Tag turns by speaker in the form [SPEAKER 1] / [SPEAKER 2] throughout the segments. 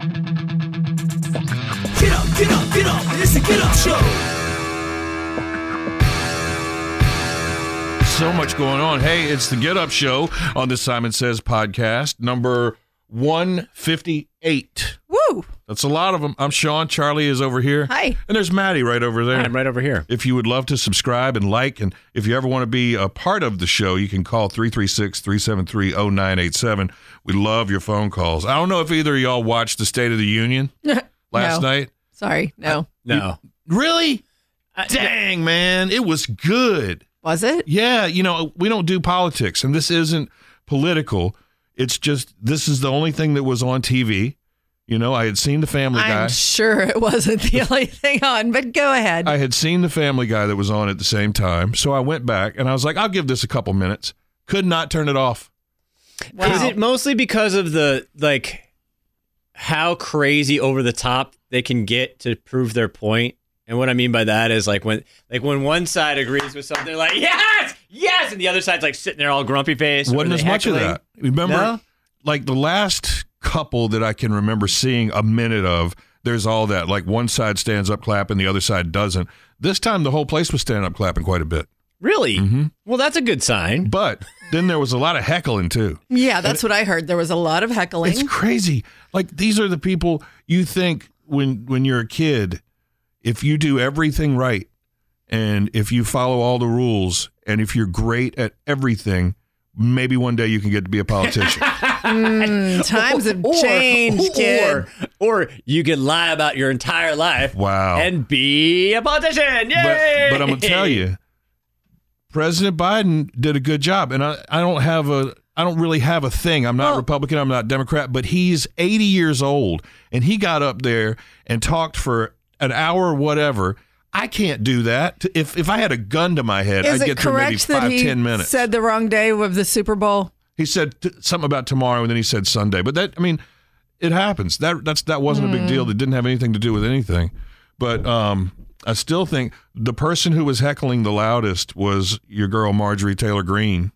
[SPEAKER 1] Get up, get up, get up. It's a get up show.
[SPEAKER 2] So much going on. Hey, it's the Get Up Show on the Simon Says podcast, number 158.
[SPEAKER 3] Woo!
[SPEAKER 2] That's a lot of them. I'm Sean. Charlie is over here.
[SPEAKER 3] Hi.
[SPEAKER 2] And there's Maddie right over there.
[SPEAKER 4] I'm right over here.
[SPEAKER 2] If you would love to subscribe and like, and if you ever want to be a part of the show, you can call 336 373 0987. We love your phone calls. I don't know if either of y'all watched the State of the Union last
[SPEAKER 3] No.
[SPEAKER 2] night.
[SPEAKER 3] Sorry, no.
[SPEAKER 4] No.
[SPEAKER 2] Really?
[SPEAKER 3] Uh,
[SPEAKER 4] I-
[SPEAKER 2] Dang, man. It was good.
[SPEAKER 3] Was it?
[SPEAKER 2] Yeah, you know, we don't do politics, and this isn't political. It's just this is the only thing that was on TV. You know, I had seen the Family Guy.
[SPEAKER 3] I'm sure it wasn't the only thing on, but go ahead.
[SPEAKER 2] I had seen the Family Guy that was on at the same time, so I went back and I was like, I'll give this a couple minutes. Could not turn it off.
[SPEAKER 3] wow.
[SPEAKER 4] Is it mostly because of the like how crazy over the top they can get to prove their point? And what I mean by that is like when like when one side agrees with something, they're like yes, yes, and the other side's like sitting there all grumpy face. Or
[SPEAKER 2] Wasn't
[SPEAKER 4] they
[SPEAKER 2] as much of
[SPEAKER 4] heckling.
[SPEAKER 2] that. Remember,
[SPEAKER 4] No?
[SPEAKER 2] like the last couple that I can remember seeing a minute of. There's all that. Like one side stands up clapping, the other side doesn't. This time, the whole place was standing up clapping quite a bit.
[SPEAKER 4] Really?
[SPEAKER 2] Mm-hmm.
[SPEAKER 4] Well, that's a good sign.
[SPEAKER 2] But then there was a lot of heckling too.
[SPEAKER 3] yeah, that's what I heard. There was a lot of heckling.
[SPEAKER 2] It's crazy. Like these are the people you think when when you're a kid, if you do everything right and if you follow all the rules and if you're great at everything, maybe one day you can get to be a politician.
[SPEAKER 3] Mm, times have
[SPEAKER 4] Or-
[SPEAKER 3] changed, kid.
[SPEAKER 4] Or, or you could lie about your entire life
[SPEAKER 2] wow.
[SPEAKER 4] and be a politician. Yay!
[SPEAKER 2] but, but I'm gonna tell you, President Biden did a good job, and I, I don't have a I don't really have a thing. I'm not Republican. I'm not Democrat. But he's 80 years old, and he got up there and talked for an hour, or whatever. I can't do that. If if I had a gun to my head,
[SPEAKER 3] Is
[SPEAKER 2] I'd
[SPEAKER 3] it
[SPEAKER 2] get through maybe
[SPEAKER 3] correct that
[SPEAKER 2] five
[SPEAKER 3] he
[SPEAKER 2] ten minutes.
[SPEAKER 3] said the wrong day of the Super Bowl?
[SPEAKER 2] he said t- something about tomorrow, and then he said Sunday. But that I mean, it happens. That that's that wasn't a big deal. That didn't have anything to do with anything. But um, I still think the person who was heckling the loudest was your girl Marjorie Taylor Greene,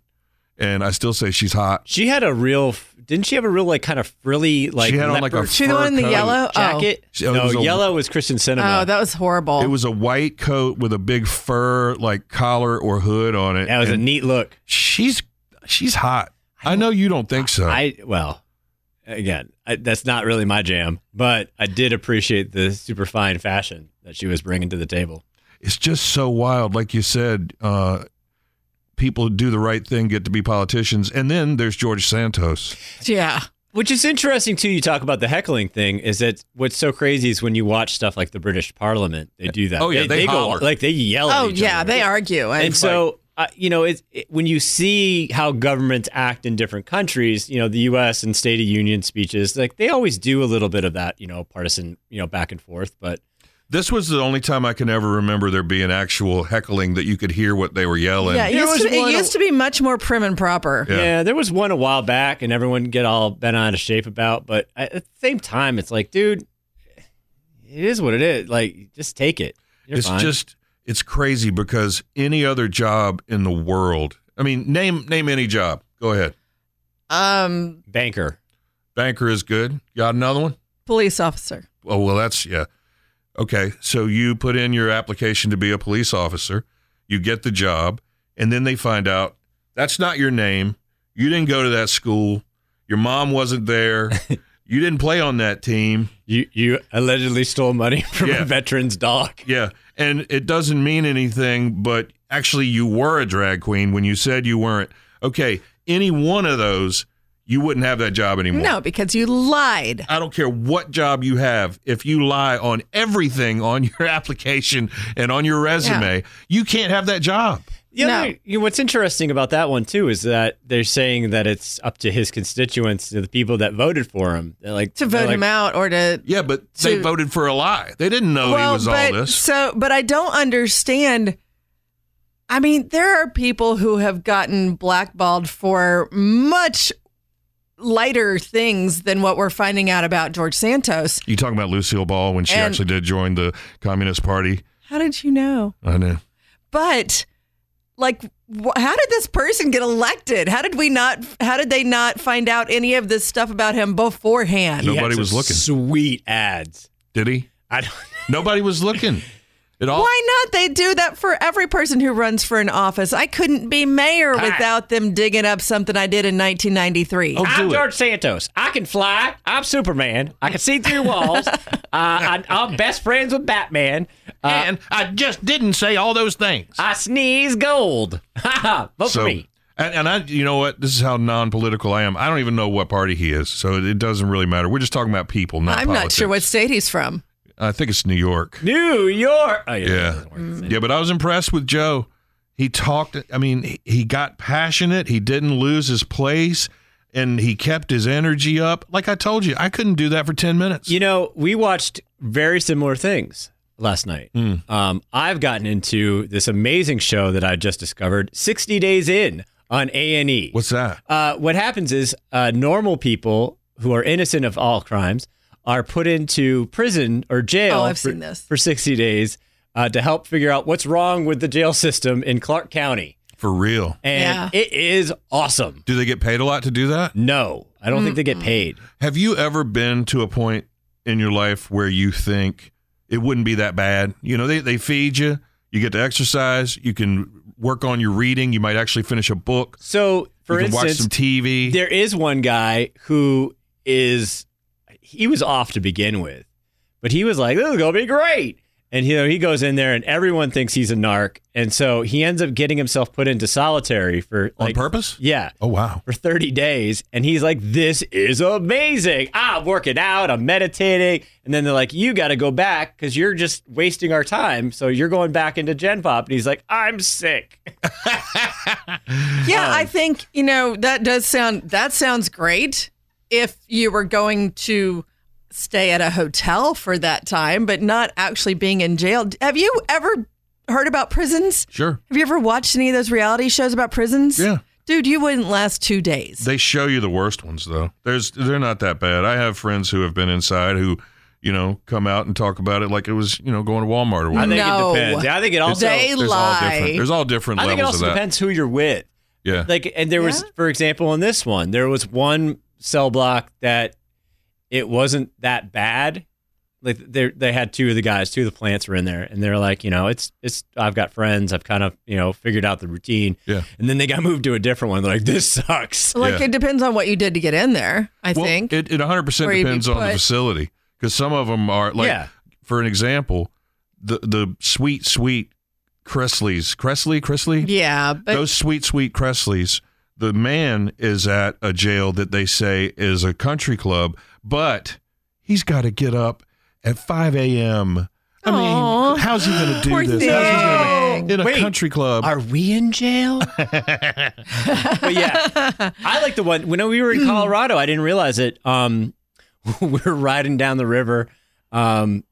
[SPEAKER 2] and I still say she's hot.
[SPEAKER 4] She had a real. Didn't she have a real like kind of frilly like?
[SPEAKER 2] she had on like a
[SPEAKER 4] leopard
[SPEAKER 3] She the one
[SPEAKER 2] fur
[SPEAKER 3] in the
[SPEAKER 2] coat.
[SPEAKER 3] yellow?
[SPEAKER 4] jacket.
[SPEAKER 2] She- oh, it
[SPEAKER 4] no,
[SPEAKER 2] was a-
[SPEAKER 4] yellow was Kristen Cinema.
[SPEAKER 3] Oh, that was horrible.
[SPEAKER 2] It was a white coat with a big fur like collar or hood on it.
[SPEAKER 4] That was a
[SPEAKER 2] and
[SPEAKER 4] neat look.
[SPEAKER 2] she's she's hot. I, know you don't think so.
[SPEAKER 4] I well, again, I, that's not really my jam, but I did appreciate the super fine fashion that she was bringing to the table.
[SPEAKER 2] it's just so wild. Like you said, uh, people who do the right thing get to be politicians, and then there's George Santos.
[SPEAKER 3] yeah.
[SPEAKER 4] Which is interesting too. You talk about the heckling thing. Is that what's so crazy is when you watch stuff like the British Parliament, they do that.
[SPEAKER 2] Oh, yeah, they
[SPEAKER 4] go
[SPEAKER 2] holler.
[SPEAKER 4] like they yell. at
[SPEAKER 3] Oh,
[SPEAKER 4] each
[SPEAKER 3] yeah.
[SPEAKER 4] other.
[SPEAKER 3] They argue.
[SPEAKER 4] And so, uh, you know, it's, it, when you see how governments act in different countries, you know, the U.S. and State of Union speeches, like they always do a little bit of that, you know, partisan, you know, back and forth. But
[SPEAKER 2] This was the only time I can ever remember there being actual heckling that you could hear what they were yelling.
[SPEAKER 3] yeah, it
[SPEAKER 4] There
[SPEAKER 3] used,
[SPEAKER 4] was
[SPEAKER 3] to, it
[SPEAKER 4] one-
[SPEAKER 3] used to be much more prim and proper.
[SPEAKER 2] Yeah.
[SPEAKER 4] yeah. there was one a while back, and everyone get all bent out of shape about. But at at the same time, it's like, dude, it is what it is. Like, just take it. You're
[SPEAKER 2] it's
[SPEAKER 4] fine.
[SPEAKER 2] just it's crazy because any other job in the world, I mean, name name any job. Go ahead.
[SPEAKER 3] Um,
[SPEAKER 4] banker.
[SPEAKER 2] Banker is good. Got another one?
[SPEAKER 3] police officer.
[SPEAKER 2] Oh well, that's yeah. Okay, so you put in your application to be a police officer, you get the job, and then they find out that's not your name. You didn't go to that school. Your mom wasn't there. you didn't play on that team.
[SPEAKER 4] You you allegedly stole money from
[SPEAKER 2] Yeah.
[SPEAKER 4] a veteran's dog.
[SPEAKER 2] Yeah. And it doesn't mean anything, but actually, you were a drag queen when you said you weren't. Okay. Any one of those, you wouldn't have that job anymore.
[SPEAKER 3] No, because you lied.
[SPEAKER 2] I don't care what job you have, if you lie on everything on your application and on your resume, you can't have that job.
[SPEAKER 4] Yeah,
[SPEAKER 3] No.
[SPEAKER 4] they- you know, what's interesting about that one too is that they're saying that it's up to his constituents, to the people that voted for him, they're like
[SPEAKER 3] To
[SPEAKER 4] they're
[SPEAKER 3] vote
[SPEAKER 4] like,
[SPEAKER 3] him out or to
[SPEAKER 2] Yeah, but they
[SPEAKER 3] So-
[SPEAKER 2] voted for a lie. They didn't know he was
[SPEAKER 3] but,
[SPEAKER 2] all this.
[SPEAKER 3] So, but I don't understand. I mean, there are people who have gotten blackballed for much lighter things than what we're finding out about George Santos.
[SPEAKER 2] You talking about Lucille Ball when she
[SPEAKER 3] And-
[SPEAKER 2] actually did join the Communist Party?
[SPEAKER 3] How did you know?
[SPEAKER 2] I know.
[SPEAKER 3] But like wh- how did this person get elected? How did we not how did they not find out any of this stuff about him beforehand?
[SPEAKER 4] he had
[SPEAKER 2] Nobody
[SPEAKER 4] some
[SPEAKER 2] was looking.
[SPEAKER 4] Sweet ads.
[SPEAKER 2] Did he?
[SPEAKER 4] I don't.
[SPEAKER 2] Nobody was looking. It all.
[SPEAKER 3] Why not? They do that for every person who runs for an office. I couldn't be mayor without them digging up something I did in 1993.
[SPEAKER 2] Oh,
[SPEAKER 4] I'm
[SPEAKER 2] do it.
[SPEAKER 4] George Santos. I can fly. I'm Superman. I can see through walls. uh, I, I'm best friends with Batman. Uh,
[SPEAKER 2] And I just didn't say all those things.
[SPEAKER 4] I sneeze gold. Ha ha. Vote
[SPEAKER 2] so,
[SPEAKER 4] for me.
[SPEAKER 2] And, and I, you know what? This is how non-political I am. I don't even know what party he is, so it, it doesn't really matter. We're just talking about people, not.
[SPEAKER 3] I'm not sure what
[SPEAKER 2] politics.
[SPEAKER 3] state he's from.
[SPEAKER 2] I think it's New York.
[SPEAKER 4] New York. Oh,
[SPEAKER 2] Yeah. Yeah, but I was impressed with Joe. He talked, I mean, he- he got passionate. He didn't lose his place and he kept his energy up. Like I told you, I couldn't do that for 10 minutes.
[SPEAKER 4] You know, we watched very similar things last night.
[SPEAKER 2] Hmm.
[SPEAKER 4] Um, I've gotten into this amazing show that I just discovered, 60 Days In on A&E.
[SPEAKER 2] What's that?
[SPEAKER 4] Uh, what happens is uh, normal people who are innocent of all crimes are put into prison or jail
[SPEAKER 3] Oh, I've
[SPEAKER 4] for,
[SPEAKER 3] seen this.
[SPEAKER 4] for 60 days uh, to help figure out what's wrong with the jail system in Clark County.
[SPEAKER 2] For real.
[SPEAKER 4] And it is awesome.
[SPEAKER 2] Do they get paid a lot to do that?
[SPEAKER 4] No, I don't think they get paid.
[SPEAKER 2] Have you ever been to a point in your life where you think it wouldn't be that bad? You know, they, they feed you, you get to exercise, you can work on your reading, you might actually finish a book,
[SPEAKER 4] So, for
[SPEAKER 2] you can watch
[SPEAKER 4] instance,
[SPEAKER 2] some TV.
[SPEAKER 4] There is one guy who is he was off to begin with, but he was like, "This is gonna be great." And you know, he goes in there, and everyone thinks he's a narc, and so he ends up getting himself put into solitary for
[SPEAKER 2] on
[SPEAKER 4] like,
[SPEAKER 2] purpose?
[SPEAKER 4] Yeah,
[SPEAKER 2] Oh, wow.
[SPEAKER 4] for thirty days, and he's like, "This is amazing. Ah, I'm working out. I'm meditating." And then they're like, "You got to go back because you're just wasting our time. So you're going back into Gen Pop." And he's like, "I'm sick."
[SPEAKER 2] Um,
[SPEAKER 3] Yeah, I think, you know, that does sound that sounds great if you were going to stay at a hotel for that time, but not actually being in jail. Have you ever heard about prisons?
[SPEAKER 2] Sure.
[SPEAKER 3] Have you ever watched any of those reality shows about prisons?
[SPEAKER 2] Yeah.
[SPEAKER 3] Dude, you wouldn't last two days.
[SPEAKER 2] They show you the worst ones though. There's they're not that bad. I have friends who have been inside who, you know, come out and talk about it like it was, you know, going to Walmart or
[SPEAKER 4] I
[SPEAKER 2] whatever.
[SPEAKER 4] think
[SPEAKER 3] No.
[SPEAKER 4] it depends. I think it also.
[SPEAKER 3] They
[SPEAKER 2] There's all different.
[SPEAKER 3] lie.
[SPEAKER 2] There's all different
[SPEAKER 4] I think it
[SPEAKER 2] levels of
[SPEAKER 4] also
[SPEAKER 2] that.
[SPEAKER 4] depends who you're with.
[SPEAKER 2] Yeah.
[SPEAKER 4] Like, and there was, for example, in this one, there was one cell block that it wasn't that bad. Like they they had two of the guys, two of the plants were in there, and they're like, you know, it's it's I've got friends, I've kind of you know figured out the routine.
[SPEAKER 2] Yeah.
[SPEAKER 4] And then they got moved to a different one. They're like, this sucks.
[SPEAKER 3] Like
[SPEAKER 2] Yeah.
[SPEAKER 3] it depends on what you did to get in there. I
[SPEAKER 2] well,
[SPEAKER 3] think
[SPEAKER 2] it it 100 percent
[SPEAKER 3] Where you'd be
[SPEAKER 2] depends on the
[SPEAKER 3] put.
[SPEAKER 2] facility because some of them are like,
[SPEAKER 4] Yeah.
[SPEAKER 2] for an example, the the sweet sweet Cressleys, Cressley, Cressley,
[SPEAKER 3] yeah, but
[SPEAKER 2] those sweet, sweet Cressleys, the man is at a jail that they say is a country club, but he's got to get up at 5 a.m. I mean,
[SPEAKER 3] Aw.
[SPEAKER 2] how's he going to do
[SPEAKER 3] Poor
[SPEAKER 2] this? How's he gonna,
[SPEAKER 3] thing.
[SPEAKER 2] in a
[SPEAKER 4] Wait.
[SPEAKER 2] country club.
[SPEAKER 4] Are we in jail? but yeah, I like the one when we were in Colorado. I didn't realize it. Um, we were riding down the river. Um,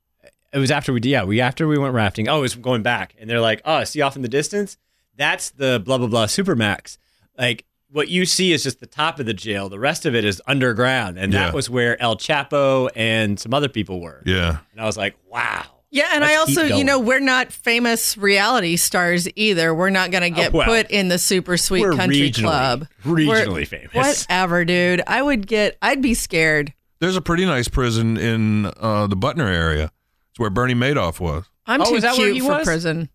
[SPEAKER 4] it was after we yeah we after we went rafting. Oh, it was going back, and they're like, oh, see off in the distance, that's the blah blah blah supermax. Like what you see is just the top of the jail. The rest of it is underground, and
[SPEAKER 2] Yeah.
[SPEAKER 4] that was where El Chapo and some other people were.
[SPEAKER 2] yeah.
[SPEAKER 4] And I was like, wow.
[SPEAKER 3] yeah, and I
[SPEAKER 4] Let's keep
[SPEAKER 3] also, you
[SPEAKER 4] going.
[SPEAKER 3] know, we're not famous reality stars either. We're not going to get
[SPEAKER 4] Oh, well.
[SPEAKER 3] put in the super sweet
[SPEAKER 4] We're
[SPEAKER 3] country
[SPEAKER 4] regionally-
[SPEAKER 3] club.
[SPEAKER 4] regionally famous.
[SPEAKER 3] Whatever, dude. I would get. I'd be scared.
[SPEAKER 2] There's a pretty nice prison in uh, the Butner area. It's where Bernie Madoff was.
[SPEAKER 3] I'm
[SPEAKER 4] Oh,
[SPEAKER 3] too
[SPEAKER 4] is that where
[SPEAKER 3] cute
[SPEAKER 4] he
[SPEAKER 3] for
[SPEAKER 4] was?
[SPEAKER 3] prison.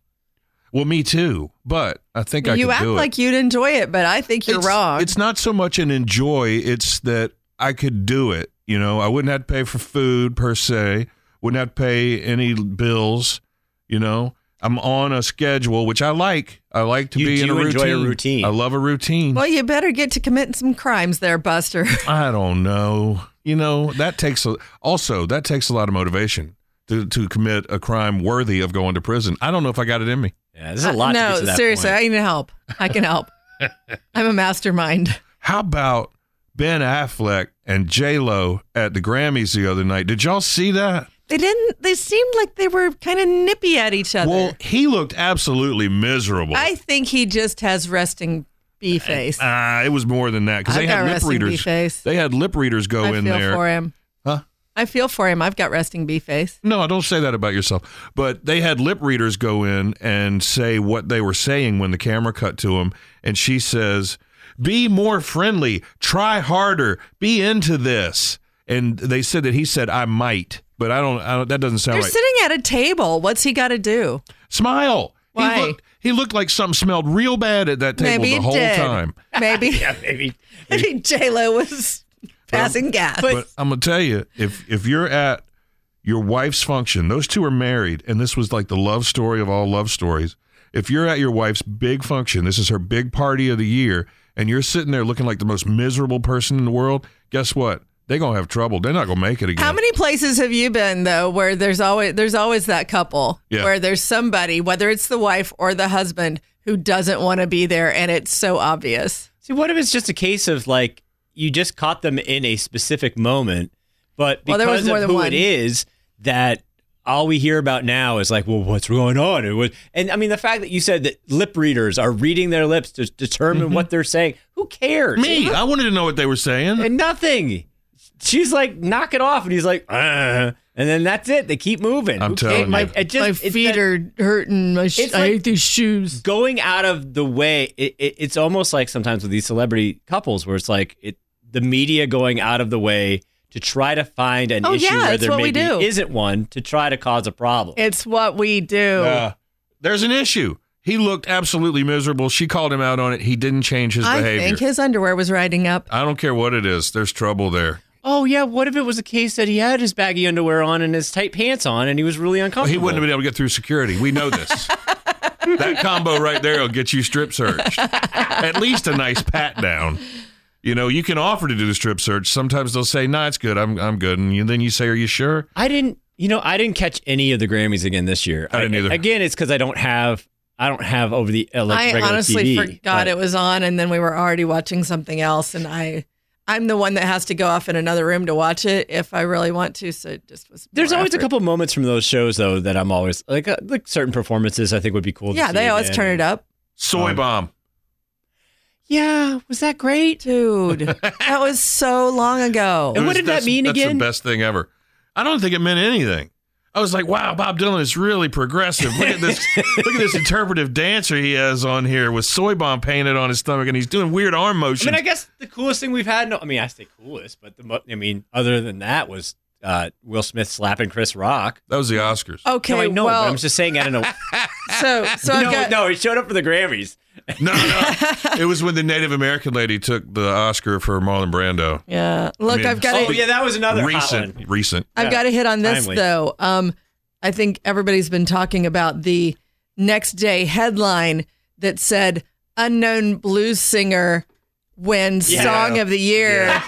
[SPEAKER 2] Well, me too, but I think I
[SPEAKER 3] you
[SPEAKER 2] could
[SPEAKER 3] act
[SPEAKER 2] do it.
[SPEAKER 3] like you'd enjoy it, but I think you're
[SPEAKER 2] it's,
[SPEAKER 3] wrong.
[SPEAKER 2] It's not so much an enjoy, it's that I could do it. You know, I wouldn't have to pay for food per se. Wouldn't have to pay any bills. You know, I'm on a schedule, which I like. I like to
[SPEAKER 4] You
[SPEAKER 2] be in a
[SPEAKER 4] do
[SPEAKER 2] routine.
[SPEAKER 4] enjoy a routine.
[SPEAKER 2] I love a routine.
[SPEAKER 3] Well, you better get to commit some crimes there, Buster.
[SPEAKER 2] I don't know. You know, that takes a, also that takes a lot of motivation to to commit a crime worthy of going to prison. I don't know if I got it in me.
[SPEAKER 4] Yeah, there's a lot. to
[SPEAKER 3] no,
[SPEAKER 4] get to that
[SPEAKER 3] seriously,
[SPEAKER 4] point.
[SPEAKER 3] I need help. I can help. I'm a mastermind.
[SPEAKER 2] How about Ben Affleck and J Lo at the Grammys the other night? Did y'all see that?
[SPEAKER 3] They didn't. They seemed like they were kind of nippy at each other.
[SPEAKER 2] Well, he looked absolutely miserable.
[SPEAKER 3] I think he just has resting bee face.
[SPEAKER 2] Uh, it was more than that because
[SPEAKER 3] I've
[SPEAKER 2] they had
[SPEAKER 3] got
[SPEAKER 2] lip
[SPEAKER 3] resting
[SPEAKER 2] readers.
[SPEAKER 3] beeface.
[SPEAKER 2] They had lip readers go
[SPEAKER 3] I
[SPEAKER 2] in
[SPEAKER 3] feel
[SPEAKER 2] there.
[SPEAKER 3] for him.
[SPEAKER 2] Huh?
[SPEAKER 3] I feel for him. I've got resting bee face.
[SPEAKER 2] No, don't say that about yourself. But they had lip readers go in and say what they were saying when the camera cut to them. And she says, Be more friendly, try harder, be into this. And they said that he said, I might, but I don't, I don't that doesn't sound
[SPEAKER 3] They're
[SPEAKER 2] right.
[SPEAKER 3] sitting at a table. What's he got to do?
[SPEAKER 2] Smile.
[SPEAKER 3] Why?
[SPEAKER 2] He looked, he looked like something smelled real bad at that table
[SPEAKER 3] Maybe
[SPEAKER 2] the
[SPEAKER 3] he
[SPEAKER 2] whole
[SPEAKER 3] did.
[SPEAKER 2] time.
[SPEAKER 3] Maybe,
[SPEAKER 4] Yeah, maybe.
[SPEAKER 3] maybe J Lo was passing gas.
[SPEAKER 2] But I'm gonna tell you, if if you're at your wife's function, those two are married, and this was like the love story of all love stories. If you're at your wife's big function, this is her big party of the year, and you're sitting there looking like the most miserable person in the world, guess what? They're gonna have trouble. They're not gonna make it again.
[SPEAKER 3] How many places have you been though where there's always there's always that couple
[SPEAKER 2] Yeah.
[SPEAKER 3] where there's somebody whether it's the wife or the husband who doesn't want to be there and it's so obvious.
[SPEAKER 4] See, what if it's just a case of like you just caught them in a specific moment, but
[SPEAKER 3] Well,
[SPEAKER 4] because
[SPEAKER 3] there was more
[SPEAKER 4] of
[SPEAKER 3] than
[SPEAKER 4] who
[SPEAKER 3] one.
[SPEAKER 4] it is that all we hear about now is like, well, what's going on? It was, and I mean, the fact that you said that lip readers are reading their lips to determine
[SPEAKER 3] Mm-hmm.
[SPEAKER 4] what they're saying, who cares?
[SPEAKER 2] Me, I wanted to know what they were saying.
[SPEAKER 4] And nothing. She's like, knock it off, and he's like, uh, and then that's it. They keep moving.
[SPEAKER 2] I'm
[SPEAKER 4] Who
[SPEAKER 2] telling
[SPEAKER 4] cares? My,
[SPEAKER 2] you.
[SPEAKER 4] it just,
[SPEAKER 3] My
[SPEAKER 4] it's that-
[SPEAKER 3] feet are hurting. My sh-
[SPEAKER 4] It's
[SPEAKER 3] I
[SPEAKER 4] like-
[SPEAKER 3] hate these shoes.
[SPEAKER 4] going out of the way it, it, it's almost like sometimes with these celebrity couples where it's like it the media going out of the way to try to find an
[SPEAKER 3] Oh,
[SPEAKER 4] issue
[SPEAKER 3] yeah,
[SPEAKER 4] where
[SPEAKER 3] it's
[SPEAKER 4] there
[SPEAKER 3] what we
[SPEAKER 4] maybe
[SPEAKER 3] do.
[SPEAKER 4] isn't one to try to cause a problem
[SPEAKER 3] It's what we do.
[SPEAKER 2] Uh, there's an issue. He looked absolutely miserable. She called him out on it. He didn't change his
[SPEAKER 3] I
[SPEAKER 2] behavior.
[SPEAKER 3] think his underwear was riding up.
[SPEAKER 2] I don't care what it is. There's trouble there.
[SPEAKER 4] oh yeah what if it was a case that he had his baggy underwear on and his tight pants on and he was really uncomfortable
[SPEAKER 2] He wouldn't have been able to get through security. We know this. that combo right there will get you strip searched. At least a nice pat down. You know, you can offer to do the strip search. Sometimes they'll say, "No, nah, it's good. I'm I'm good." And you, then you say, "Are you sure?"
[SPEAKER 4] I didn't, you know, I didn't catch any of the Grammys again this year.
[SPEAKER 2] I didn't either.
[SPEAKER 4] Again, it's because I don't have, I don't have over the uh, like,
[SPEAKER 3] I
[SPEAKER 4] regular
[SPEAKER 3] honestly
[SPEAKER 4] TV,
[SPEAKER 3] forgot
[SPEAKER 4] but-
[SPEAKER 3] it was on and then we were already watching something else and I I'm the one that has to go off in another room to watch it if I really want to so it just was
[SPEAKER 4] There's
[SPEAKER 3] more
[SPEAKER 4] always
[SPEAKER 3] effort.
[SPEAKER 4] a couple moments from those shows though that I'm always like uh, like certain performances I think would be cool.
[SPEAKER 3] Yeah,
[SPEAKER 4] to
[SPEAKER 3] they always turn it up.
[SPEAKER 2] Soy
[SPEAKER 4] Um,
[SPEAKER 2] bomb.
[SPEAKER 4] Yeah, was that great?
[SPEAKER 3] Dude, that was so long ago.
[SPEAKER 4] And what
[SPEAKER 2] It was-
[SPEAKER 4] did that
[SPEAKER 2] that's-
[SPEAKER 4] mean
[SPEAKER 2] That's
[SPEAKER 4] again?
[SPEAKER 2] the best thing ever. I don't think it meant anything. I was like, "Wow, Bob Dylan is really progressive. Look at this. look at this interpretive dancer he has on here with soy bomb painted on his stomach, and he's doing weird arm
[SPEAKER 4] I
[SPEAKER 2] motions."
[SPEAKER 4] mean, I guess the coolest thing we've had. No, I mean, I say coolest, but the mo- I mean, other than that was uh, Will Smith slapping Chris Rock.
[SPEAKER 2] that was the Oscars.
[SPEAKER 3] Okay,
[SPEAKER 4] no, I know,
[SPEAKER 3] well,
[SPEAKER 4] but I'm just saying I don't know.
[SPEAKER 3] so so I've
[SPEAKER 4] no,
[SPEAKER 3] got
[SPEAKER 4] no, he showed up for the Grammys.
[SPEAKER 2] No, no. it was when the Native American lady took the Oscar for Marlon Brando.
[SPEAKER 3] yeah. Look, I
[SPEAKER 2] mean,
[SPEAKER 3] have got
[SPEAKER 4] Oh
[SPEAKER 3] to
[SPEAKER 4] yeah, that was another hot
[SPEAKER 2] recent,
[SPEAKER 4] one.
[SPEAKER 2] recent.
[SPEAKER 3] I've
[SPEAKER 4] yeah,
[SPEAKER 3] got to hit on this
[SPEAKER 4] timely.
[SPEAKER 3] though. Um, I think everybody's been talking about the next day headline that said unknown blues singer wins
[SPEAKER 4] Yeah.
[SPEAKER 3] song of the year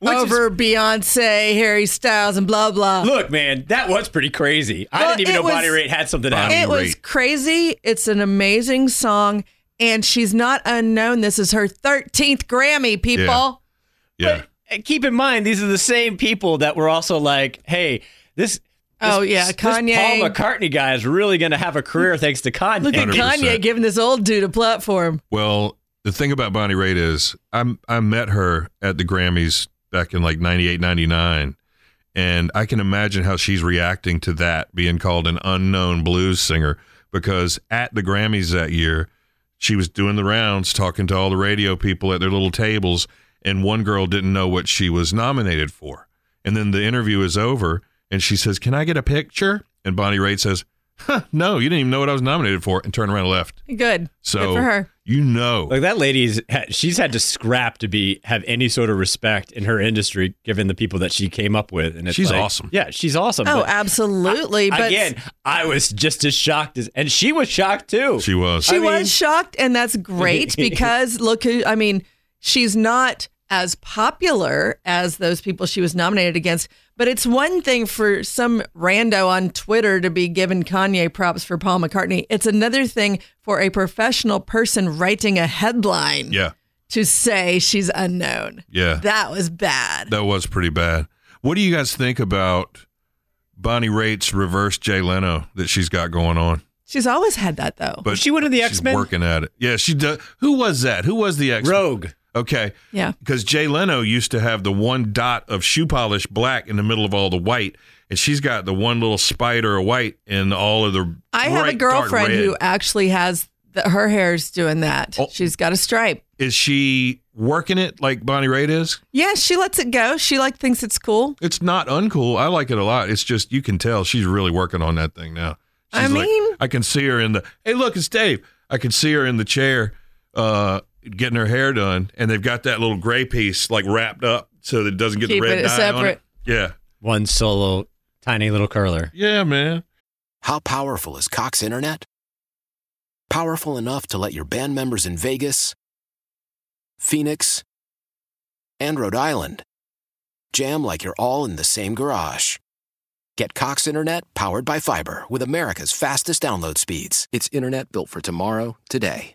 [SPEAKER 4] Which is-
[SPEAKER 3] over Beyonce, Harry Styles, and blah blah.
[SPEAKER 4] look, man, that was pretty crazy. I
[SPEAKER 3] Well,
[SPEAKER 4] didn't even
[SPEAKER 3] it
[SPEAKER 4] know Body
[SPEAKER 3] was-
[SPEAKER 4] Rate had something. to
[SPEAKER 2] Body
[SPEAKER 4] happen.
[SPEAKER 3] it was
[SPEAKER 2] rate.
[SPEAKER 3] crazy. It's an amazing song, and she's not unknown. This is her thirteenth Grammy, people.
[SPEAKER 2] Yeah.
[SPEAKER 4] And keep in mind, these are the same people that were also like, "Hey, this." this-
[SPEAKER 3] Oh, yeah,
[SPEAKER 4] this
[SPEAKER 3] Kanye.
[SPEAKER 4] Paul McCartney guy is really going to have a career thanks to Kanye.
[SPEAKER 3] Look at
[SPEAKER 2] 100%.
[SPEAKER 3] Kanye giving this old dude a platform.
[SPEAKER 2] Well, the thing about Bonnie Raitt is I'm I met her at the Grammys back in like 98, 99. And I can imagine how she's reacting to that being called an unknown blues singer because at the Grammys that year, she was doing the rounds talking to all the radio people at their little tables. And one girl didn't know what she was nominated for. And then the interview is over and she says, Can I get a picture? And Bonnie Raitt says, no, you didn't even know what I was nominated for, and turned around and left.
[SPEAKER 3] Good.
[SPEAKER 2] So
[SPEAKER 3] Good for her.
[SPEAKER 2] you know,
[SPEAKER 4] Like that lady's, had- she's had to scrap to be have any sort of respect in her industry, given the people that she came up with. And it's
[SPEAKER 2] She's
[SPEAKER 4] like-
[SPEAKER 2] awesome.
[SPEAKER 4] Yeah, she's awesome.
[SPEAKER 3] Oh,
[SPEAKER 4] but
[SPEAKER 3] absolutely. but
[SPEAKER 4] again, I was just as shocked as, and she was shocked too.
[SPEAKER 2] she was.
[SPEAKER 3] she
[SPEAKER 4] I mean-
[SPEAKER 3] was shocked, and that's great because look, who, I mean, she's not as popular as those people she was nominated against. But it's one thing for some rando on Twitter to be giving Kanye props for Paul McCartney. It's another thing for a professional person writing a headline
[SPEAKER 2] yeah,
[SPEAKER 3] to say she's unknown.
[SPEAKER 2] yeah.
[SPEAKER 3] That was bad.
[SPEAKER 2] That was pretty bad. What do you guys think about Bonnie Raitt's reverse Jay Leno that she's got going on?
[SPEAKER 3] she's always had that though.
[SPEAKER 2] But
[SPEAKER 4] she one of the
[SPEAKER 2] she's
[SPEAKER 4] X-Men?
[SPEAKER 2] Working at it. Yeah, she does. Who was that? Who was the X? Men?
[SPEAKER 4] Rogue.
[SPEAKER 2] Okay,
[SPEAKER 3] yeah.
[SPEAKER 2] because Jay Leno used to have the one dot of shoe polish black in the middle of all the white, and she's got the one little spider of white in all of the.
[SPEAKER 3] I have a
[SPEAKER 2] bright, dark
[SPEAKER 3] girlfriend
[SPEAKER 2] red.
[SPEAKER 3] who actually has the, her hair's doing that.
[SPEAKER 2] Oh.
[SPEAKER 3] She's got a stripe.
[SPEAKER 2] is she working it like Bonnie Raitt is.
[SPEAKER 3] Yeah, she lets it go. She like thinks it's cool.
[SPEAKER 2] It's not uncool. I like it a lot. It's just you can tell she's really working on that thing now. She's
[SPEAKER 3] I
[SPEAKER 2] like-
[SPEAKER 3] mean-
[SPEAKER 2] I can see her in the hey, look, it's Dave. I can see her in the chair, uh, getting her hair done, and they've got that little gray piece like wrapped up so that it doesn't get
[SPEAKER 3] Keep
[SPEAKER 2] the red
[SPEAKER 3] it
[SPEAKER 2] dye on it.
[SPEAKER 3] separate.
[SPEAKER 2] Yeah,
[SPEAKER 4] One solo, tiny little curler.
[SPEAKER 2] yeah, man.
[SPEAKER 5] How powerful is Cox Internet? Powerful enough to let your band members in Vegas, Phoenix, and Rhode Island jam like you're all in the same garage. Get Cox Internet powered by fiber with America's fastest download speeds. It's internet built for tomorrow, today.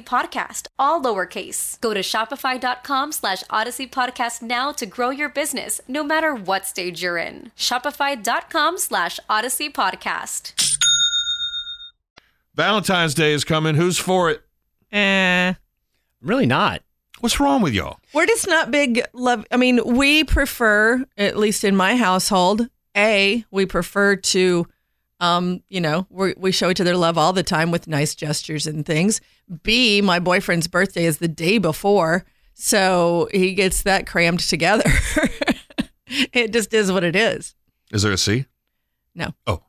[SPEAKER 6] podcast, all lowercase. Go to shopify.com slash odyssey podcast now to grow your business, no matter what stage you're in. Shopify.com slash odyssey podcast.
[SPEAKER 2] Valentine's Day is coming. Who's for it?
[SPEAKER 3] Eh.
[SPEAKER 4] Really not.
[SPEAKER 2] What's wrong with y'all?
[SPEAKER 3] We're just not big love. I mean, we prefer, at least in my household, a we prefer to, um, you know, we we show each other love all the time with nice gestures and things. B, my boyfriend's birthday is the day before, so he gets that crammed together. it just is what it is.
[SPEAKER 2] Is there a C?
[SPEAKER 3] No,
[SPEAKER 2] Oh,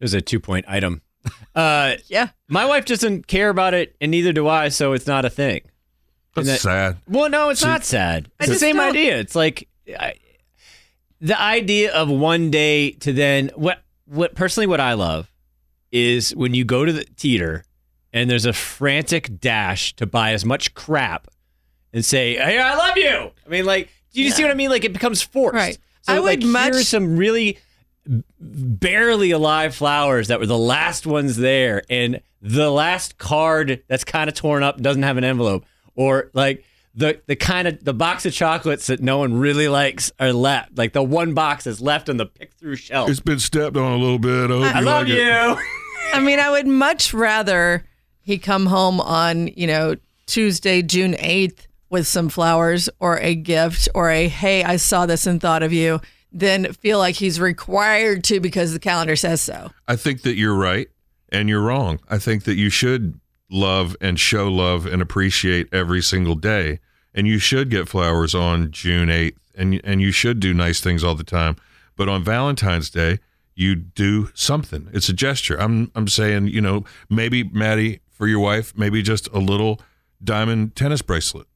[SPEAKER 4] There's a two point item. Uh,
[SPEAKER 3] yeah,
[SPEAKER 4] my wife doesn't care about it, and neither do I, so it's not a thing.
[SPEAKER 2] that's
[SPEAKER 4] that-
[SPEAKER 2] sad.
[SPEAKER 4] Well, no, it's
[SPEAKER 2] See-
[SPEAKER 4] not sad.
[SPEAKER 3] I
[SPEAKER 4] It's the
[SPEAKER 3] just
[SPEAKER 4] same
[SPEAKER 3] don't-
[SPEAKER 4] idea. It's like I, the idea of one day to then what what personally what I love is when you go to the theater and there's a frantic dash to buy as much crap and say, "Hey, I love you." I mean, like, do you see what I mean? Like, it becomes forced.
[SPEAKER 3] Right.
[SPEAKER 4] So,
[SPEAKER 3] I would
[SPEAKER 4] like,
[SPEAKER 3] much-
[SPEAKER 4] here's some really barely alive flowers that were the last ones there and the last card that's kind of torn up doesn't have an envelope or like the the kind of the box of chocolates that no one really likes are left. Like the one box is left on the pick through shelf.
[SPEAKER 2] It's been stepped on a little bit. I, hope
[SPEAKER 4] I
[SPEAKER 2] you
[SPEAKER 4] love
[SPEAKER 2] like it.
[SPEAKER 4] you.
[SPEAKER 3] I mean, I would much rather he come home on, you know, Tuesday, June 8th with some flowers or a gift or a, hey, I saw this and thought of you, than feel like he's required to because the calendar says so.
[SPEAKER 2] I think that you're right and you're wrong. I think that you should love and show love and appreciate every single day. And you should get flowers on June 8th and and you should do nice things all the time. But on Valentine's Day, you do something. It's a gesture. I'm I'm saying, you know, maybe Maddie for your wife, maybe just a little diamond tennis bracelet.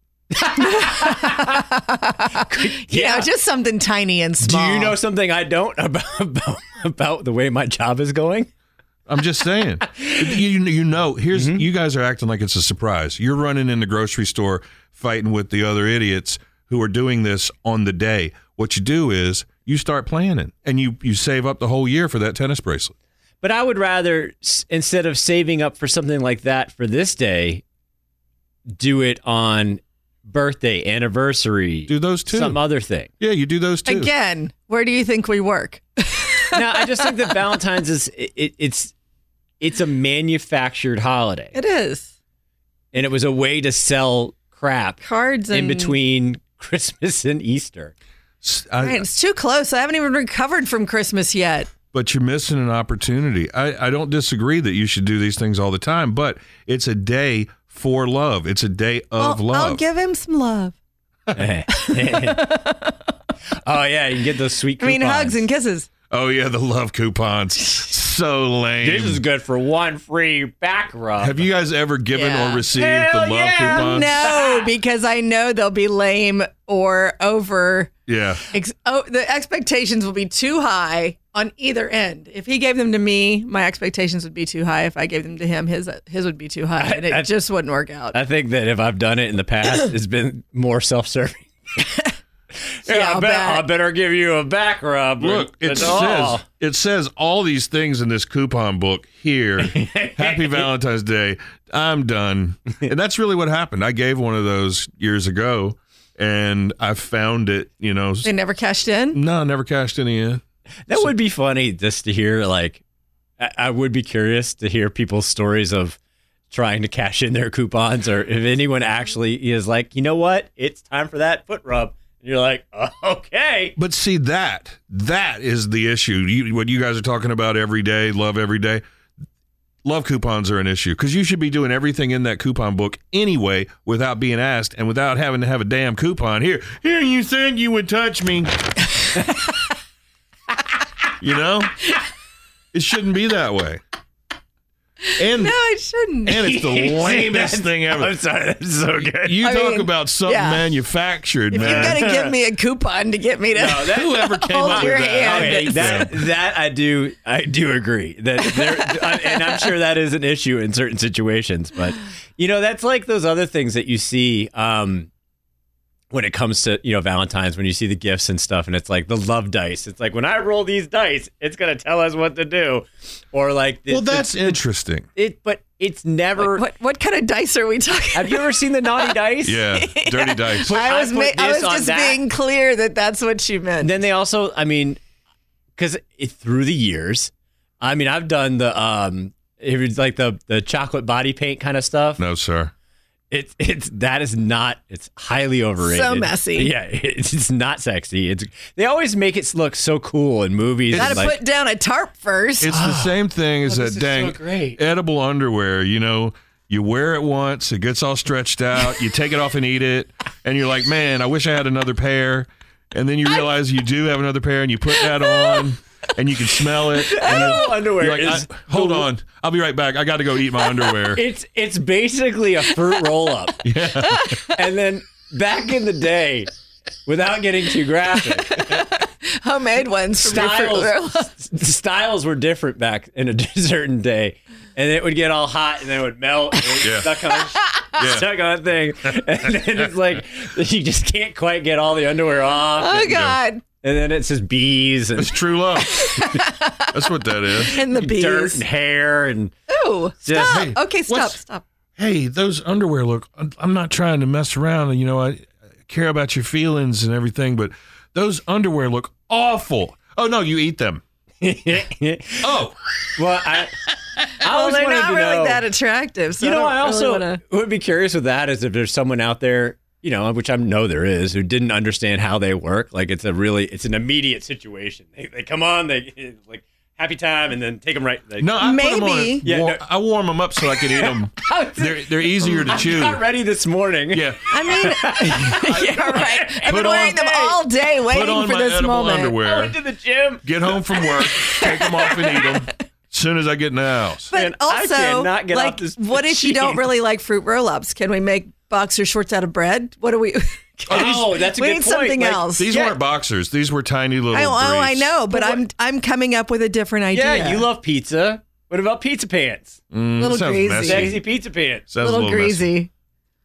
[SPEAKER 3] You know,
[SPEAKER 4] Yeah.
[SPEAKER 3] just something tiny and
[SPEAKER 4] Do
[SPEAKER 3] small.
[SPEAKER 4] you know something I don't about, about about the way my job is going?
[SPEAKER 2] I'm just saying. you, you you know, here's
[SPEAKER 3] Mm-hmm.
[SPEAKER 2] you guys are acting like it's a surprise. You're running in the grocery store fighting with the other idiots who are doing this on the day. What you do is you start planning and you you save up the whole year for that tennis bracelet.
[SPEAKER 4] But I would rather s- instead of saving up for something like that for this day, do it on birthday, anniversary,
[SPEAKER 2] Do those two.
[SPEAKER 4] some other thing.
[SPEAKER 2] yeah, you do those too.
[SPEAKER 3] Again, where do you think we work?
[SPEAKER 4] no, I just think that Valentine's is it, it, it's it's a manufactured holiday,
[SPEAKER 3] It is.
[SPEAKER 4] and it was a way to sell crap
[SPEAKER 3] Cards and
[SPEAKER 4] in between uh, Christmas and Easter.
[SPEAKER 2] S- I-
[SPEAKER 3] Right, it's too close. I haven't even recovered from Christmas yet.
[SPEAKER 2] but you're missing an opportunity. I, I don't disagree that you should do these things all the time, but it's a day for love. It's a day of
[SPEAKER 3] I'll,
[SPEAKER 2] love.
[SPEAKER 3] I'll give him some love.
[SPEAKER 4] oh yeah, you can get those sweet.
[SPEAKER 3] I mean, hugs
[SPEAKER 4] coupons.
[SPEAKER 3] and kisses.
[SPEAKER 2] oh yeah, the love coupons. so lame.
[SPEAKER 4] This is good for one free back rub.
[SPEAKER 2] Have you guys ever given
[SPEAKER 3] Yeah.
[SPEAKER 2] or received
[SPEAKER 4] Hell
[SPEAKER 2] the love
[SPEAKER 4] yeah.
[SPEAKER 2] coupons?
[SPEAKER 3] No, because I know they'll be lame or over.
[SPEAKER 2] Yeah.
[SPEAKER 3] Ex- oh, the expectations will be too high on either end. If he gave them to me, my expectations would be too high. If I gave them to him, his his would be too high, and it
[SPEAKER 4] I-
[SPEAKER 3] just wouldn't work out.
[SPEAKER 4] I think that if I've done it in the past, it's been more self-serving.
[SPEAKER 3] Yeah, I'll
[SPEAKER 4] I,
[SPEAKER 3] bet.
[SPEAKER 4] I better give you a back rub.
[SPEAKER 2] Look, it
[SPEAKER 4] That's all.
[SPEAKER 2] says it says all these things in this coupon book here. Happy Valentine's Day. I'm done. And that's really what happened. I gave one of those years ago and I found it, you know. s-
[SPEAKER 3] they never cashed in.
[SPEAKER 2] No, I never cashed any in.
[SPEAKER 4] That would be funny just to hear. Like, I, I would be curious to hear people's stories of trying to cash in their coupons, or if anyone actually is like, you know what, it's time for that foot rub, and you're like, "Oh, okay.
[SPEAKER 2] But see that that is the issue. You, what you guys are talking about every day, love every day. Love coupons are an issue because you should be doing everything in that coupon book anyway without being asked and without having to have a damn coupon. Here, here, you said you would touch me. you know, it shouldn't be that way. And
[SPEAKER 3] No, it shouldn't.
[SPEAKER 2] and it's the lamest thing ever.
[SPEAKER 4] I'm sorry, that's so good.
[SPEAKER 2] You
[SPEAKER 3] I
[SPEAKER 2] talk
[SPEAKER 3] mean,
[SPEAKER 2] about something
[SPEAKER 3] yeah.
[SPEAKER 2] manufactured,
[SPEAKER 3] if you're
[SPEAKER 2] man.
[SPEAKER 3] gonna give me a coupon to get me to,
[SPEAKER 4] No, that-
[SPEAKER 2] Whoever came
[SPEAKER 3] Hold
[SPEAKER 2] up with
[SPEAKER 3] your
[SPEAKER 2] that,
[SPEAKER 3] hand.
[SPEAKER 4] Okay, that, that I do I do agree that there, I- and I'm sure that is an issue in certain situations. But you know, that's like those other things that you see um, when it comes to you know Valentine's when you see the gifts and stuff, and it's like the love dice. It's like when I roll these dice, it's gonna tell us what to do, or like
[SPEAKER 2] well,
[SPEAKER 4] it's-
[SPEAKER 2] that's interesting.
[SPEAKER 4] it. But it's never.
[SPEAKER 3] what what kind of dice are we talking?
[SPEAKER 4] have you ever seen the naughty dice?
[SPEAKER 2] Yeah, dirty dice.
[SPEAKER 3] I
[SPEAKER 4] I
[SPEAKER 3] was
[SPEAKER 4] put
[SPEAKER 3] ma- I was
[SPEAKER 4] this on
[SPEAKER 3] just
[SPEAKER 4] that.
[SPEAKER 3] being clear that that's what she meant.
[SPEAKER 4] And then they also, I mean, because it through the years, I mean, I've done the um, it was like the the chocolate body paint kind of stuff.
[SPEAKER 2] No, sir.
[SPEAKER 4] It's it's that is not. It's highly overrated.
[SPEAKER 3] So messy.
[SPEAKER 4] Yeah, it's, it's not sexy. It's they always make it look so cool in movies.
[SPEAKER 3] Gotta
[SPEAKER 4] and like,
[SPEAKER 3] put down a tarp first.
[SPEAKER 2] It's the same thing as
[SPEAKER 4] Oh,
[SPEAKER 2] that
[SPEAKER 4] this is
[SPEAKER 2] dang
[SPEAKER 4] so great.
[SPEAKER 2] edible underwear. You know, you wear it once, it gets all stretched out. You take it off and eat it, and you're like, man, I wish I had another pair. And then you realize you do have another pair, and you put that on, and you can smell it. and you're-
[SPEAKER 4] Edible underwear
[SPEAKER 2] you're like,
[SPEAKER 4] is
[SPEAKER 2] "I- hold on, I'll be right back. I got to go eat my underwear.
[SPEAKER 4] It's it's basically a fruit roll up. yeah. And then back in the day, without getting too graphic,
[SPEAKER 3] Homemade ones. from your Fruit Roll.
[SPEAKER 4] styles s- styles were different back in a certain day, and it would get all hot and then it would melt and it would
[SPEAKER 2] Yeah.
[SPEAKER 4] stuck on stuck on thing, and then it's like you just can't quite get all the underwear off,
[SPEAKER 3] Oh God!
[SPEAKER 4] and then it's just bees and
[SPEAKER 2] It's true love. That's what that is.
[SPEAKER 3] And the bees.
[SPEAKER 4] dirt and hair and
[SPEAKER 3] Ooh!
[SPEAKER 4] just
[SPEAKER 3] Stop. Okay, stop.
[SPEAKER 2] what's-
[SPEAKER 3] Stop.
[SPEAKER 2] hey, those underwear look, I'm- I'm not trying to mess around. and You know, I I care about your feelings and everything, but those underwear look awful. Oh, no, you eat them. Oh,
[SPEAKER 4] well, I, I
[SPEAKER 3] Well,
[SPEAKER 4] always
[SPEAKER 3] they're
[SPEAKER 4] wanted
[SPEAKER 3] not
[SPEAKER 4] to
[SPEAKER 3] really
[SPEAKER 4] know-
[SPEAKER 3] that attractive. So
[SPEAKER 4] you know, I,
[SPEAKER 3] don't really
[SPEAKER 4] also
[SPEAKER 3] wanna-
[SPEAKER 4] would be curious with that is if there's someone out there, you know, which I know there is, who didn't understand how they work. Like it's a really, it's an immediate situation. They, they come on, they like happy time, and then take them right. Like,
[SPEAKER 2] no, I put 'em on-
[SPEAKER 3] Maybe.
[SPEAKER 4] Yeah,
[SPEAKER 2] wa-
[SPEAKER 4] no.
[SPEAKER 2] I warm them up so I could eat them. they're, they're easier to chew.
[SPEAKER 4] not ready this morning.
[SPEAKER 2] Yeah.
[SPEAKER 3] I mean, yeah, right. I've
[SPEAKER 2] Put
[SPEAKER 3] been wearing
[SPEAKER 2] on-
[SPEAKER 3] them all day,
[SPEAKER 2] Put
[SPEAKER 3] waiting
[SPEAKER 2] on
[SPEAKER 3] for
[SPEAKER 2] my
[SPEAKER 3] this
[SPEAKER 2] edible
[SPEAKER 3] moment. Oh,
[SPEAKER 4] I
[SPEAKER 2] underwear.
[SPEAKER 4] went to the gym.
[SPEAKER 2] Get home from work, take them off and eat them as soon as I get in the house.
[SPEAKER 3] But
[SPEAKER 4] And I
[SPEAKER 3] also,
[SPEAKER 4] cannot get off
[SPEAKER 3] like,
[SPEAKER 4] this
[SPEAKER 3] what if you don't
[SPEAKER 4] machine.
[SPEAKER 3] really like fruit roll-ups? Can we make boxer shorts out of bread? What do we?
[SPEAKER 4] Oh, that's a
[SPEAKER 3] we
[SPEAKER 4] good
[SPEAKER 3] need
[SPEAKER 4] point.
[SPEAKER 3] something
[SPEAKER 4] Like,
[SPEAKER 3] else.
[SPEAKER 2] These
[SPEAKER 4] Yeah.
[SPEAKER 2] weren't boxers. These were tiny little.
[SPEAKER 3] I, oh, I
[SPEAKER 2] briefs.
[SPEAKER 3] know, but I'm I'm coming up with a different idea.
[SPEAKER 4] Yeah, you love pizza. What about pizza pants?
[SPEAKER 2] Mm,
[SPEAKER 3] Little
[SPEAKER 2] sounds
[SPEAKER 3] greasy.
[SPEAKER 2] messy.
[SPEAKER 4] Sexy pizza pants.
[SPEAKER 2] Sounds
[SPEAKER 3] little, greasy.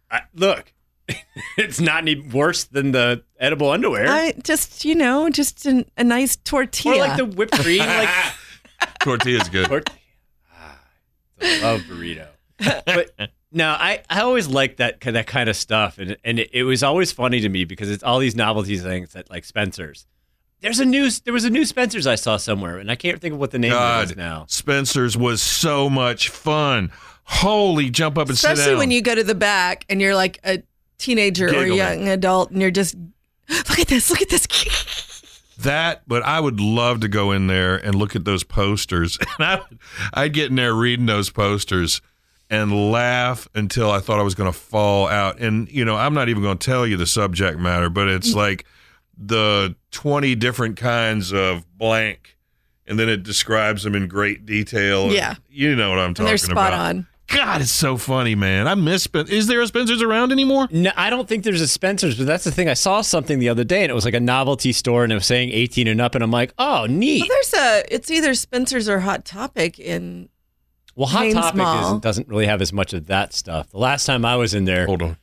[SPEAKER 4] I, look, it's not any worse than the edible underwear.
[SPEAKER 3] I just you know, just an, a nice tortilla.
[SPEAKER 4] or like the whipped cream, like
[SPEAKER 2] messy. Tortilla's good.
[SPEAKER 4] Tort- Ah, I love burrito. but no, I, I always liked that ki- that kind of stuff, and and it, it was always funny to me because it's all these novelty things that like Spencer's. There's a new there was a new Spencer's I saw somewhere, and I can't think of what the name of it is
[SPEAKER 2] God,
[SPEAKER 4] now.
[SPEAKER 2] Spencer's was so much fun. Holy, jump up and sit
[SPEAKER 3] Especially
[SPEAKER 2] down.
[SPEAKER 3] when you go to the back and you're like a teenager or
[SPEAKER 2] Giggling.
[SPEAKER 3] young adult, and you're just look at this, look at this.
[SPEAKER 2] that, but I would love to go in there and look at those posters, and I, would- I'd get in there reading those posters and laugh until I thought I was going to fall out. And you know, I'm not even going to tell you the subject matter, but
[SPEAKER 3] Mm.
[SPEAKER 2] it's like the 20 different kinds of blank, and then it describes them in great detail. and
[SPEAKER 3] Yeah.
[SPEAKER 2] you know what I'm talking
[SPEAKER 3] And they're spot
[SPEAKER 2] about.
[SPEAKER 3] on.
[SPEAKER 2] God, it's so funny, man. I miss Spencer. Is there a Spencer's around anymore?
[SPEAKER 4] No, I don't think there's a Spencer's, but that's the thing. I saw something the other day, and it was like a novelty store, and it was saying 18 and up, and I'm like, oh,
[SPEAKER 3] Well,
[SPEAKER 4] neat.
[SPEAKER 3] there's a. It's either Spencer's or Hot Topic in.
[SPEAKER 4] Well, Hot
[SPEAKER 3] Haynes
[SPEAKER 4] Topic
[SPEAKER 3] Mall.
[SPEAKER 4] is, doesn't really have as much of that stuff. The last time I was in there,
[SPEAKER 2] Hold on.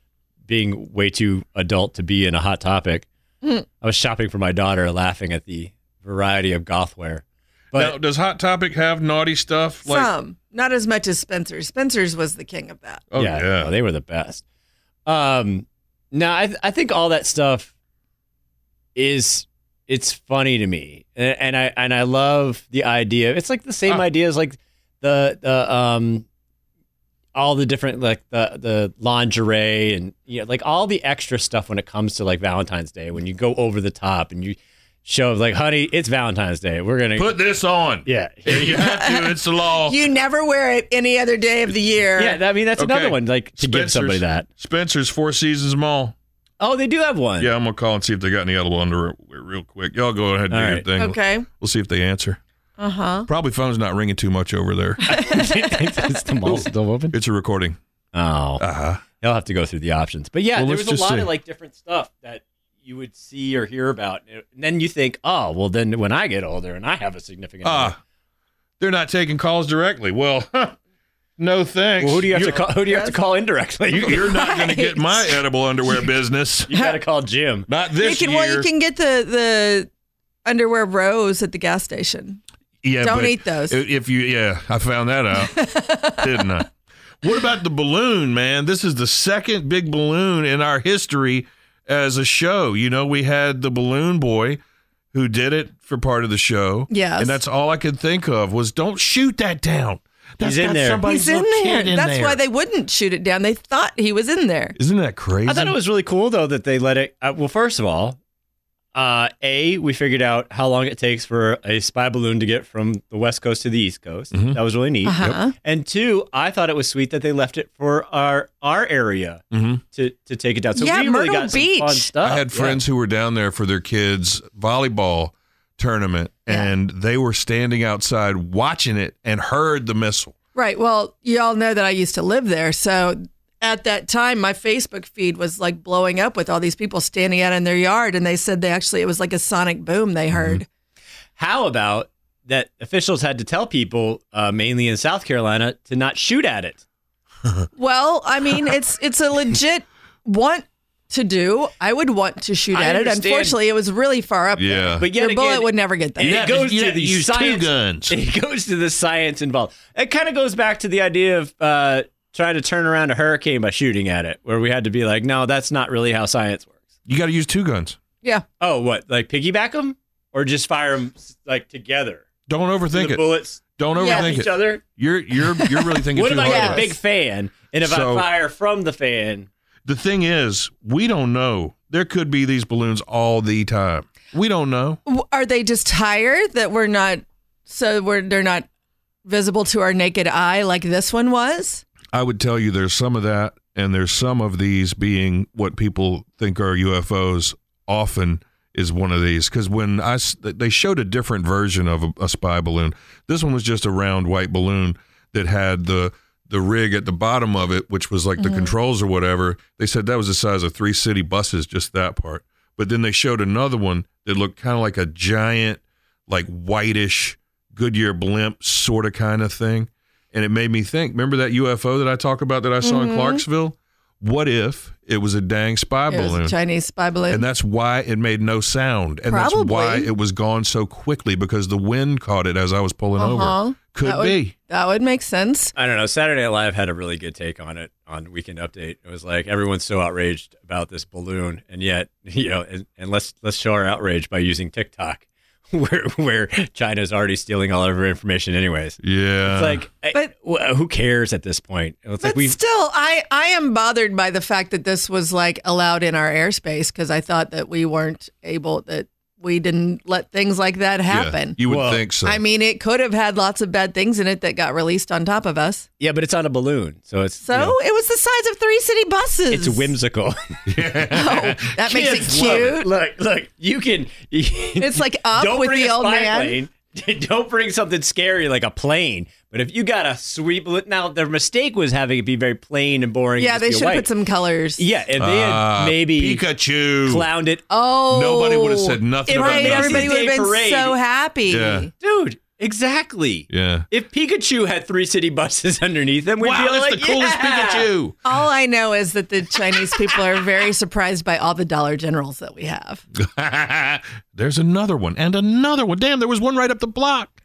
[SPEAKER 4] being way too adult to be in a hot topic. I was shopping for my daughter, laughing at the variety of gothware.
[SPEAKER 2] Now,
[SPEAKER 4] But
[SPEAKER 2] does Hot Topic have naughty stuff?
[SPEAKER 3] Some, not as much as Spencer's. Spencer's was the king of that.
[SPEAKER 2] oh
[SPEAKER 4] yeah, no, they were the best. Um, no, I I think all that stuff is it's funny to me, and, and I and I love the idea. It's like the same
[SPEAKER 2] Ah.
[SPEAKER 4] idea as like the the um all the different like the the lingerie and you know like all the extra stuff when it comes to like Valentine's Day when you go over the top and you show like honey it's Valentine's Day we're gonna
[SPEAKER 2] Put this on.
[SPEAKER 4] yeah
[SPEAKER 2] If you have to. It's the law.
[SPEAKER 3] You never wear it any other day of the year.
[SPEAKER 4] yeah I mean that's another
[SPEAKER 2] Okay.
[SPEAKER 4] one like to give somebody that
[SPEAKER 2] Spencer's Four Seasons Mall.
[SPEAKER 4] oh they do have one
[SPEAKER 2] Yeah, I'm gonna call and see if they got any edible underwear real quick. Y'all go ahead and
[SPEAKER 4] All
[SPEAKER 2] do
[SPEAKER 4] right.
[SPEAKER 2] your thing.
[SPEAKER 3] Okay.
[SPEAKER 2] We'll see if they answer.
[SPEAKER 3] Uh
[SPEAKER 4] Uh-huh.
[SPEAKER 3] huh.
[SPEAKER 2] Probably phone's not ringing too much over there.
[SPEAKER 4] it's the mall still open.
[SPEAKER 2] it's a recording.
[SPEAKER 4] Oh,
[SPEAKER 2] Uh huh.
[SPEAKER 4] he'll have to go through the options. But yeah,
[SPEAKER 2] Well,
[SPEAKER 4] there
[SPEAKER 2] let's
[SPEAKER 4] was a
[SPEAKER 2] just
[SPEAKER 4] lot
[SPEAKER 2] see.
[SPEAKER 4] of like different stuff that you would see or hear about, and then you think, oh, well, then when I get older and I have a significant, other-
[SPEAKER 2] Ah, they're not taking calls directly. Well, no thanks.
[SPEAKER 4] well, who do you have to call? Who do you have to call indirectly? You,
[SPEAKER 2] You're not gonna get my edible underwear business.
[SPEAKER 4] got to call Jim.
[SPEAKER 2] Not this
[SPEAKER 3] you can
[SPEAKER 2] year.
[SPEAKER 3] well, you can get the the underwear rows at the gas station.
[SPEAKER 2] Yeah,
[SPEAKER 3] Don't
[SPEAKER 2] but
[SPEAKER 3] eat those.
[SPEAKER 2] i- If you, yeah, I found that out, didn't I? What about the balloon, man? This is the second big balloon in our history as a show. You know, we had the balloon boy who did it for part of the show.
[SPEAKER 3] Yes.
[SPEAKER 2] and that's all I could think of was don't shoot that down. That's
[SPEAKER 4] He's in
[SPEAKER 2] got
[SPEAKER 4] there.
[SPEAKER 2] somebody's
[SPEAKER 3] He's in
[SPEAKER 2] little
[SPEAKER 3] there.
[SPEAKER 2] kid in
[SPEAKER 3] That's
[SPEAKER 2] there.
[SPEAKER 3] why they wouldn't shoot it down. They thought he was in there.
[SPEAKER 2] Isn't that crazy?
[SPEAKER 4] I thought it was really cool though that they let it. Uh, well, first of all, uh, a we figured out how long it takes for a spy balloon to get from the west coast to the east coast.
[SPEAKER 2] Mm-hmm.
[SPEAKER 4] That was really neat.
[SPEAKER 3] Uh-huh.
[SPEAKER 4] And two, I thought it was sweet that they left it for our our area
[SPEAKER 2] Mhm.
[SPEAKER 4] to to take it down. So
[SPEAKER 3] Yeah,
[SPEAKER 4] we really
[SPEAKER 3] Myrtle
[SPEAKER 4] got some fun
[SPEAKER 3] Beach.
[SPEAKER 4] stuff.
[SPEAKER 2] I had
[SPEAKER 4] Oh, Yeah.
[SPEAKER 2] friends who were down there for their kids' volleyball tournament,
[SPEAKER 3] Yeah.
[SPEAKER 2] and they were standing outside watching it and heard the missile.
[SPEAKER 3] Right. Well, you all know that I used to live there, so at that time my Facebook feed was like blowing up with all these people standing out in their yard and they said they actually it was like a sonic boom
[SPEAKER 4] Mm-hmm.
[SPEAKER 3] they heard.
[SPEAKER 4] How about that? Officials had to tell people, uh, mainly in South Carolina, to not shoot at it.
[SPEAKER 3] Well, I mean, it's it's a legit want to do. I would want to shoot
[SPEAKER 4] I
[SPEAKER 3] at it.
[SPEAKER 4] understand.
[SPEAKER 3] Unfortunately, it was really far up. there.
[SPEAKER 2] Yeah.
[SPEAKER 4] But yet
[SPEAKER 3] your bullet
[SPEAKER 4] again-
[SPEAKER 3] would never get there.
[SPEAKER 4] Yeah. It goes to the
[SPEAKER 2] use two
[SPEAKER 4] science-
[SPEAKER 2] guns.
[SPEAKER 4] It goes to the science involved. It kind of goes back to the idea of uh, try to turn around a hurricane by shooting at it, where we had to be like, no, that's not really how science works.
[SPEAKER 2] You got to use two guns.
[SPEAKER 3] Yeah.
[SPEAKER 4] Oh, what? Like piggyback them or just fire them like together?
[SPEAKER 2] Don't
[SPEAKER 4] So
[SPEAKER 2] overthink
[SPEAKER 4] the
[SPEAKER 2] it.
[SPEAKER 4] bullets
[SPEAKER 2] Don't
[SPEAKER 3] Yeah.
[SPEAKER 2] overthink
[SPEAKER 4] each
[SPEAKER 2] it.
[SPEAKER 4] other.
[SPEAKER 2] You're you're you're really thinking
[SPEAKER 4] What
[SPEAKER 2] too
[SPEAKER 4] if I
[SPEAKER 2] hard.
[SPEAKER 4] get
[SPEAKER 3] Yeah.
[SPEAKER 4] a big fan and if
[SPEAKER 2] So-
[SPEAKER 4] I fire from the fan?
[SPEAKER 2] The thing is, we don't know. There could be these balloons all the time. We don't know.
[SPEAKER 3] W- Are they just tired that we're not so we're they're not visible to our naked eye like this one was?
[SPEAKER 2] I would tell you there's some of that, and there's some of these being what people think are UFOs. Often is one of these because when I s- they showed a different version of a, a spy balloon. This one was just a round white balloon that had the the rig at the bottom of it, which was like the controls or whatever. They said that was the size of three city buses, just that part. But then they showed another one that looked kind of like a giant, like whitish Goodyear blimp sort of kind of thing and it made me think. Remember that UFO that I talk about that I saw
[SPEAKER 3] Mm-hmm.
[SPEAKER 2] in Clarksville? What if it was a dang spy
[SPEAKER 3] It was a
[SPEAKER 2] balloon?
[SPEAKER 3] Chinese spy balloon.
[SPEAKER 2] And that's why it made no sound, and that's
[SPEAKER 3] Probably.
[SPEAKER 2] why it was gone so quickly because the wind caught it as I was pulling
[SPEAKER 3] Uh-huh.
[SPEAKER 2] over. Could
[SPEAKER 3] That would-
[SPEAKER 2] be.
[SPEAKER 3] that would make sense.
[SPEAKER 4] I don't know. Saturday Night Live had a really good take on it on Weekend Update. It was like everyone's so outraged about this balloon, and yet you know, and, and let's let's show our outrage by using TikTok, where where China's already stealing all of our information, anyways.
[SPEAKER 2] Yeah,
[SPEAKER 4] It's like,
[SPEAKER 3] But-
[SPEAKER 4] but who cares at this point? It's like
[SPEAKER 3] But
[SPEAKER 4] we
[SPEAKER 3] still, I, I am bothered by the fact that this was like allowed in our airspace because I thought that we weren't able, that we didn't let things like that
[SPEAKER 2] Yeah,
[SPEAKER 3] happen.
[SPEAKER 2] you would
[SPEAKER 4] Well,
[SPEAKER 2] think so.
[SPEAKER 3] I mean, it could have had lots of bad things in it that got released on top of us.
[SPEAKER 4] yeah, but it's on a balloon, so it's you
[SPEAKER 3] So
[SPEAKER 4] know,
[SPEAKER 3] it was the size of three city buses.
[SPEAKER 4] it's whimsical.
[SPEAKER 3] Oh, that makes it
[SPEAKER 4] Kids love
[SPEAKER 3] cute.
[SPEAKER 4] Look, look, you can.
[SPEAKER 3] It's like up
[SPEAKER 4] don't
[SPEAKER 3] with
[SPEAKER 4] bring
[SPEAKER 3] the
[SPEAKER 4] a
[SPEAKER 3] old
[SPEAKER 4] spy
[SPEAKER 3] man.
[SPEAKER 4] Plane. Don't bring something scary like a plane. But if you got a sweep, now their mistake was having it be very plain and boring.
[SPEAKER 3] Yeah,
[SPEAKER 4] and
[SPEAKER 3] they
[SPEAKER 4] just be
[SPEAKER 3] should have
[SPEAKER 4] white.
[SPEAKER 3] put some colors.
[SPEAKER 4] Yeah, if they
[SPEAKER 2] Ah,
[SPEAKER 4] had maybe
[SPEAKER 2] Pikachu.
[SPEAKER 4] clowned it,
[SPEAKER 3] Oh.
[SPEAKER 2] Nobody would have said nothing
[SPEAKER 4] It
[SPEAKER 2] about
[SPEAKER 3] Right.
[SPEAKER 4] Macy's
[SPEAKER 2] that.
[SPEAKER 3] Everybody would
[SPEAKER 4] Day
[SPEAKER 3] have been
[SPEAKER 4] Parade.
[SPEAKER 3] so happy.
[SPEAKER 2] Yeah.
[SPEAKER 4] dude. Exactly.
[SPEAKER 2] Yeah.
[SPEAKER 4] If Pikachu had three city buses underneath them, we'd
[SPEAKER 2] Wow,
[SPEAKER 4] be
[SPEAKER 2] that's
[SPEAKER 4] like,
[SPEAKER 2] the coolest
[SPEAKER 4] yeah!
[SPEAKER 2] Pikachu.
[SPEAKER 3] All I know is that the Chinese people are very surprised by all the Dollar Generals that we have.
[SPEAKER 2] There's another one and another one. Damn, there was one right up the block.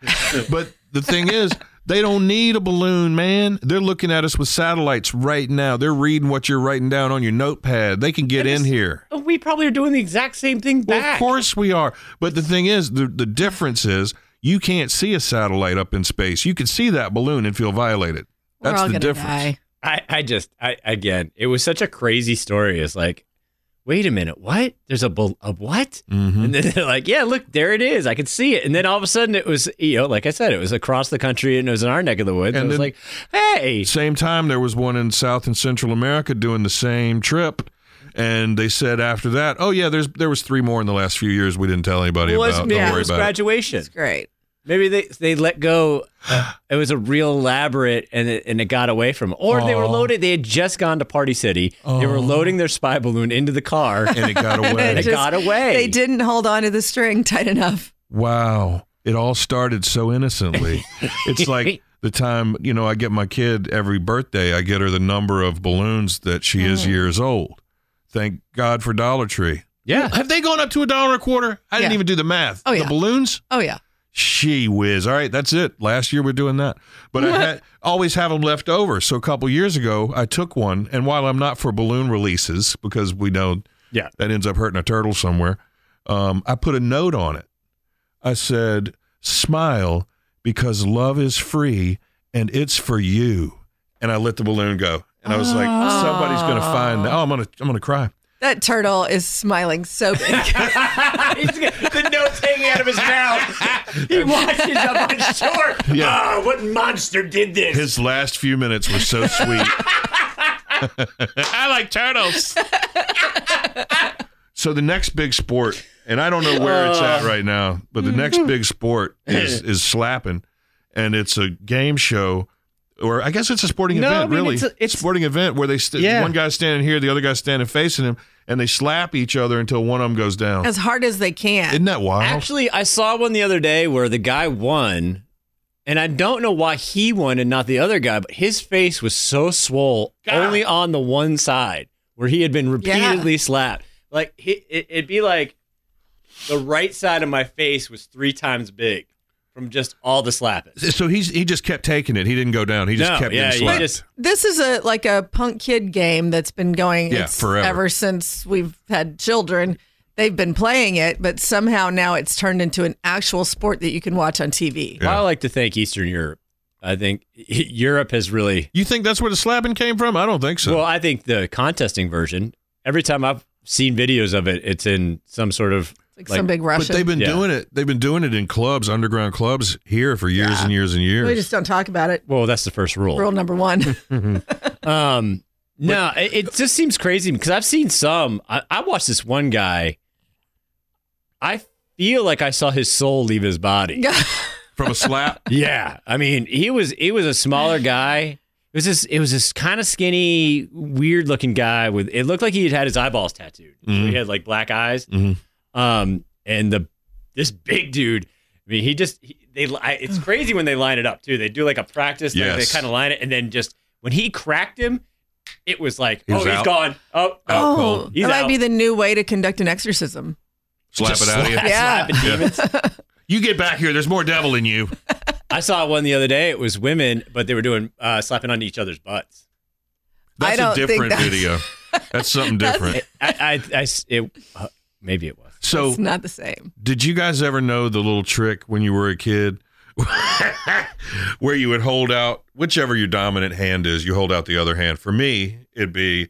[SPEAKER 2] but the thing is, they don't need a balloon, man. They're looking at us with satellites right now. They're reading what you're writing down on your notepad. They can get in here.
[SPEAKER 4] Oh, We probably are doing the exact same thing
[SPEAKER 2] Well,
[SPEAKER 4] back.
[SPEAKER 2] of course we are. But the thing is, the, the difference is you can't see a satellite up in space. You can see that balloon and feel violated.
[SPEAKER 3] We're
[SPEAKER 2] That's
[SPEAKER 3] all
[SPEAKER 2] the
[SPEAKER 3] gonna
[SPEAKER 2] difference.
[SPEAKER 3] die.
[SPEAKER 4] I, I just, I again, it was such a crazy story. It's like, wait a minute, what? There's a bal- a what?
[SPEAKER 2] Mm-hmm.
[SPEAKER 4] And then they're like, yeah, look, there it is. I can see it. And then all of a sudden, it was, you know, like I said, it was across the country and it was in our neck of the woods.
[SPEAKER 2] And
[SPEAKER 4] And it was
[SPEAKER 2] then-
[SPEAKER 4] like, hey,
[SPEAKER 2] Same time, there was one in South and Central America doing the same trip, and they said after that, "Oh yeah, there's there was three more in the last few years. We didn't tell anybody
[SPEAKER 4] it was
[SPEAKER 2] about. Don't worry
[SPEAKER 4] Midwest
[SPEAKER 2] about it.
[SPEAKER 4] graduation.
[SPEAKER 3] Great.
[SPEAKER 4] Maybe they they let go. uh, it was a real elaborate, and it, and it got away from. Or they were
[SPEAKER 2] Aw.
[SPEAKER 4] loaded. They had just gone to Party City. They were loading their spy balloon into the car.
[SPEAKER 2] and it got away.
[SPEAKER 4] And it got away.
[SPEAKER 3] They didn't hold on to the string tight enough.
[SPEAKER 2] Wow. It all started so innocently. it's like the time, you know, I get my kid every birthday, I get her the number of balloons that she is
[SPEAKER 3] Mm-hmm.
[SPEAKER 2] years old. Thank God for Dollar Tree.
[SPEAKER 4] yeah.
[SPEAKER 2] Have they gone up to a dollar and a quarter? I didn't
[SPEAKER 3] Yeah.
[SPEAKER 2] even do the math.
[SPEAKER 3] Oh,
[SPEAKER 2] the
[SPEAKER 3] yeah.
[SPEAKER 2] balloons?
[SPEAKER 3] Oh yeah.
[SPEAKER 2] She whiz. All right, that's it. Last year we're doing that, but I had, always have them left over. So a couple years ago, I took one, and while I'm not for balloon releases because we know
[SPEAKER 4] Yeah.
[SPEAKER 2] that ends up hurting a turtle somewhere, um, I put a note on it. I said, "Smile because love is free and it's for you." And I let the balloon go, and I was like, "Somebody's gonna find that." Oh, I'm gonna, I'm gonna cry.
[SPEAKER 3] That turtle is smiling so big.
[SPEAKER 4] He's got the notes hanging out of his mouth. He washes up on shore.
[SPEAKER 2] Yeah.
[SPEAKER 4] Oh, what monster did this?
[SPEAKER 2] His last few minutes were so sweet. I like turtles. so the next big sport, and I don't know where it's
[SPEAKER 4] Oh.
[SPEAKER 2] at right now, but the next big sport is is slapping, and it's a game show. Or I guess it's a sporting
[SPEAKER 4] No, I
[SPEAKER 2] event,
[SPEAKER 4] mean,
[SPEAKER 2] really.
[SPEAKER 4] it's a- it's-
[SPEAKER 2] sporting event where they st-
[SPEAKER 4] Yeah.
[SPEAKER 2] one guy's standing here, the other guy's standing facing him, and they slap each other until one of them goes down.
[SPEAKER 3] as hard as they can.
[SPEAKER 2] Isn't that wild?
[SPEAKER 4] Actually, I saw one the other day where the guy won, and I don't know why he won and not the other guy, but his face was so swole only on the one side where he had been repeatedly slapped. Like he, it, it'd be like the right side of my face was three times big. from just all the slapping.
[SPEAKER 2] So he's he just kept taking it. He didn't go down. He just
[SPEAKER 4] No,
[SPEAKER 2] kept
[SPEAKER 4] yeah,
[SPEAKER 2] getting
[SPEAKER 4] he
[SPEAKER 2] slapped.
[SPEAKER 4] just-
[SPEAKER 3] This is a like a punk kid game that's been going
[SPEAKER 2] Yeah,
[SPEAKER 3] it's
[SPEAKER 2] forever.
[SPEAKER 3] ever since we've had children. They've been playing it, but somehow now it's turned into an actual sport that you can watch on TV.
[SPEAKER 2] Yeah.
[SPEAKER 4] I like to thank Eastern Europe. I think Europe has really
[SPEAKER 2] you think that's where the slapping came from? I don't think so.
[SPEAKER 4] well. I think the contesting version. Every time I've seen videos of it, it's in some sort of
[SPEAKER 3] Like, some big
[SPEAKER 2] but
[SPEAKER 3] Russian.
[SPEAKER 2] they've been
[SPEAKER 4] Yeah.
[SPEAKER 2] doing it. They've been doing it in clubs, underground clubs here for years and years and years.
[SPEAKER 3] we just don't talk about it.
[SPEAKER 4] Well, that's the first
[SPEAKER 3] Rule number one.
[SPEAKER 4] Um, no, it, it just seems crazy because I've seen some. I, I watched this one guy. I feel like I saw his soul leave his body.
[SPEAKER 2] from a slap.
[SPEAKER 4] yeah, I mean, he was he was a smaller guy. It was this it was this kind of skinny, weird looking guy with. It looked like he had had his eyeballs tattooed. So
[SPEAKER 2] Mm-hmm.
[SPEAKER 4] he had like black eyes.
[SPEAKER 2] Mhm.
[SPEAKER 4] Um, and the this big dude. I mean, he just he, they. li- I, it's crazy when they line it up too. They do like a practice. like,
[SPEAKER 2] Yes.
[SPEAKER 4] they kind of line it, and then just when he cracked him, it was like,
[SPEAKER 2] He was
[SPEAKER 4] oh,
[SPEAKER 2] out.
[SPEAKER 4] he's gone. Oh, oh,
[SPEAKER 3] oh,
[SPEAKER 2] cool.
[SPEAKER 4] He's
[SPEAKER 3] that might
[SPEAKER 4] out.
[SPEAKER 3] be the new way to conduct an exorcism.
[SPEAKER 2] Slap
[SPEAKER 4] Just
[SPEAKER 2] it out of you.
[SPEAKER 3] Yeah.
[SPEAKER 4] slapping demons.
[SPEAKER 2] You get back here. There's more devil in you.
[SPEAKER 4] I saw one the other day. It was women, but they were doing uh, slapping on each other's butts.
[SPEAKER 3] I
[SPEAKER 2] That's a
[SPEAKER 3] don't think
[SPEAKER 2] different
[SPEAKER 3] that's-
[SPEAKER 2] video. That's something different.
[SPEAKER 4] I, I, I s- it, uh, maybe it was.
[SPEAKER 2] so
[SPEAKER 3] It's not the same.
[SPEAKER 2] Did you guys ever know the little trick when you were a kid? Where you would hold out whichever your dominant hand is, you hold out the other hand. For me, it'd be,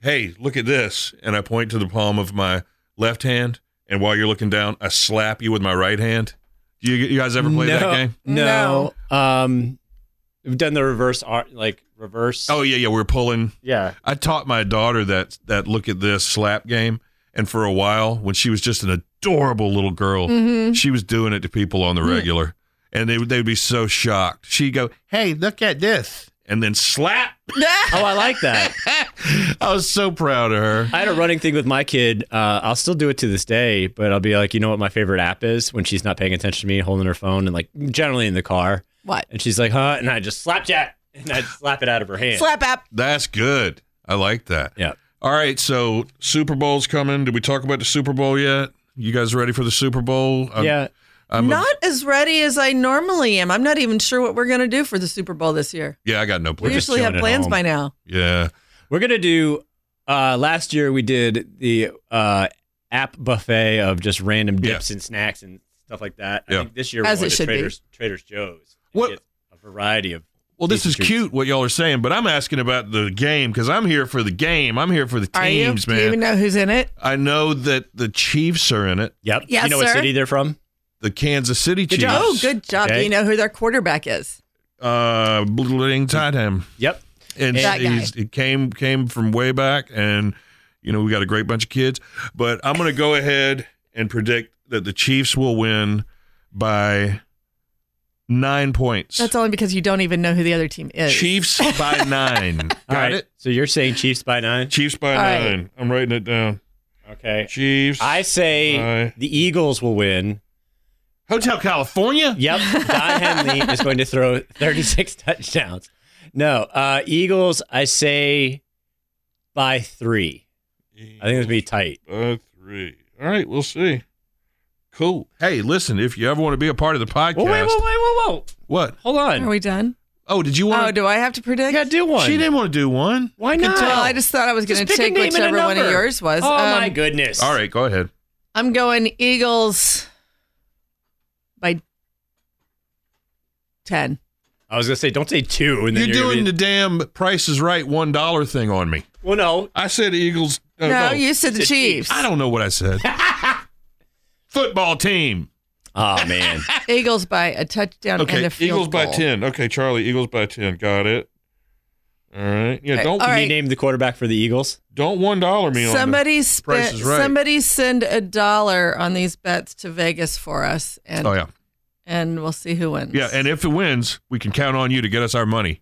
[SPEAKER 2] hey, look at this. And I point to the palm of my left hand. And while you're looking down, I slap you with my right hand. You, you guys ever play that game?
[SPEAKER 4] No. Um, we've done the reverse art, like reverse.
[SPEAKER 2] Oh, yeah, yeah. We're pulling.
[SPEAKER 4] yeah.
[SPEAKER 2] I taught my daughter that that look at this slap game, and for a while, when she was just an adorable little girl, she was doing it to people on the regular, and they would they'd be so shocked. She'd go, "Hey, look at this," and then slap.
[SPEAKER 4] Oh, I like that.
[SPEAKER 2] I was so proud of her.
[SPEAKER 4] I had a running thing with my kid. Uh, I'll still do it to this day, but I'll be like, you know what my favorite app is when she's not paying attention to me, holding her phone, and like generally in the car.
[SPEAKER 3] What?
[SPEAKER 4] And she's like, huh? And I just slapjack and I slap it out of her hand.
[SPEAKER 3] Slap app.
[SPEAKER 2] That's good. I like that.
[SPEAKER 4] Yeah.
[SPEAKER 2] All right, so Super Bowl's coming. Did we talk about the Super Bowl yet? You guys ready for the Super Bowl? I'm-
[SPEAKER 4] yeah.
[SPEAKER 2] I'm a-
[SPEAKER 3] not as ready as I normally am. I'm not even sure what we're going to do for the Super Bowl this year.
[SPEAKER 2] yeah, I got no
[SPEAKER 3] We
[SPEAKER 2] plans.
[SPEAKER 4] just
[SPEAKER 3] usually have
[SPEAKER 4] chilling at
[SPEAKER 3] plans
[SPEAKER 4] home.
[SPEAKER 3] by now.
[SPEAKER 2] Yeah.
[SPEAKER 4] We're gonna do. Uh, last year we did the uh, app buffet of just random
[SPEAKER 2] Yes.
[SPEAKER 4] dips and snacks and stuff like that.
[SPEAKER 2] Yeah.
[SPEAKER 4] I think this year
[SPEAKER 3] As
[SPEAKER 4] we're
[SPEAKER 3] it
[SPEAKER 4] going to
[SPEAKER 3] should be.
[SPEAKER 4] Trader's, Trader's Joe's. and
[SPEAKER 2] What-
[SPEAKER 4] get a variety of.
[SPEAKER 2] Well, this
[SPEAKER 4] Easy
[SPEAKER 2] is
[SPEAKER 4] treats.
[SPEAKER 2] cute what y'all are saying, but I'm asking about the game because I'm here for the game. I'm here for the
[SPEAKER 3] Are you?
[SPEAKER 2] teams,
[SPEAKER 3] Do you
[SPEAKER 2] man.
[SPEAKER 3] even know who's in it?
[SPEAKER 2] I know that the Chiefs are in it,
[SPEAKER 4] Yep.
[SPEAKER 3] Yes,
[SPEAKER 4] you know what
[SPEAKER 3] sir.
[SPEAKER 4] city they're from?
[SPEAKER 2] the Kansas City
[SPEAKER 4] Good
[SPEAKER 2] Chiefs.
[SPEAKER 4] job.
[SPEAKER 3] Oh, good job. Do
[SPEAKER 4] Okay.
[SPEAKER 3] you know who their quarterback is?
[SPEAKER 2] Uh, Bling Tightham,
[SPEAKER 4] Yep.
[SPEAKER 2] and
[SPEAKER 3] Oh, That guy.
[SPEAKER 2] he's, he came came from way back, and you know we got a great bunch of kids. But I'm going to go ahead and predict that the Chiefs will win by nine points.
[SPEAKER 3] That's only because you don't even know who the other team is.
[SPEAKER 2] Chiefs by nine. got
[SPEAKER 4] All right.
[SPEAKER 2] it.
[SPEAKER 4] So you're saying Chiefs by nine?
[SPEAKER 2] Chiefs by
[SPEAKER 3] All right.
[SPEAKER 2] nine. I'm writing it down.
[SPEAKER 4] Okay.
[SPEAKER 2] Chiefs.
[SPEAKER 4] I say
[SPEAKER 2] Aye.
[SPEAKER 4] the Eagles will win.
[SPEAKER 2] Hotel California.
[SPEAKER 4] Yep. Don Henley is going to throw 36 touchdowns. No, uh, Eagles. I say by three. I think it's gonna be tight.
[SPEAKER 2] Uh, three. All right, we'll see. Cool. Hey, listen, if you ever want to be a part of the podcast,
[SPEAKER 4] Whoa, wait, whoa, wait, whoa, whoa!
[SPEAKER 2] what?
[SPEAKER 4] Hold on.
[SPEAKER 3] Are we done?
[SPEAKER 2] Oh, did you want?
[SPEAKER 3] Oh, do I have to predict?
[SPEAKER 4] Yeah, do one.
[SPEAKER 2] She didn't want to do one.
[SPEAKER 4] Why
[SPEAKER 2] You can
[SPEAKER 4] not?
[SPEAKER 2] tell.
[SPEAKER 3] Well, I just thought I was going
[SPEAKER 4] Just
[SPEAKER 3] to
[SPEAKER 4] pick
[SPEAKER 3] take
[SPEAKER 4] a name and a
[SPEAKER 3] whichever one of
[SPEAKER 4] number.
[SPEAKER 3] yours was.
[SPEAKER 4] Oh my
[SPEAKER 3] Um,
[SPEAKER 4] goodness!
[SPEAKER 2] All right, go ahead.
[SPEAKER 3] I'm going Eagles by 10.
[SPEAKER 4] I was gonna say, don't say two, and then
[SPEAKER 2] You're
[SPEAKER 4] you're,
[SPEAKER 2] doing
[SPEAKER 4] gonna
[SPEAKER 2] the damn Price is Right one dollar thing on me.
[SPEAKER 4] be- well, no.
[SPEAKER 2] I said Eagles. uh,
[SPEAKER 3] no, you said the
[SPEAKER 4] the
[SPEAKER 3] Chiefs.
[SPEAKER 2] I don't know what I said. Football team.
[SPEAKER 4] Oh man,
[SPEAKER 3] Eagles by a touchdown and
[SPEAKER 2] Okay,
[SPEAKER 3] a field
[SPEAKER 2] Eagles by
[SPEAKER 3] goal.
[SPEAKER 2] ten. Okay, Charlie, Eagles by ten. Got it. All right. Yeah,
[SPEAKER 3] Okay,
[SPEAKER 2] don't
[SPEAKER 3] all
[SPEAKER 4] can
[SPEAKER 3] right.
[SPEAKER 4] you name the quarterback for the Eagles?
[SPEAKER 2] don't one dollar me on
[SPEAKER 3] Somebody
[SPEAKER 2] Price
[SPEAKER 3] spent,
[SPEAKER 2] is Right.
[SPEAKER 3] Somebody send a dollar on these bets to Vegas for us,
[SPEAKER 2] the-
[SPEAKER 3] and
[SPEAKER 2] Oh yeah,
[SPEAKER 3] and we'll see who wins.
[SPEAKER 2] yeah. And if it wins, we can count on you to get us our money.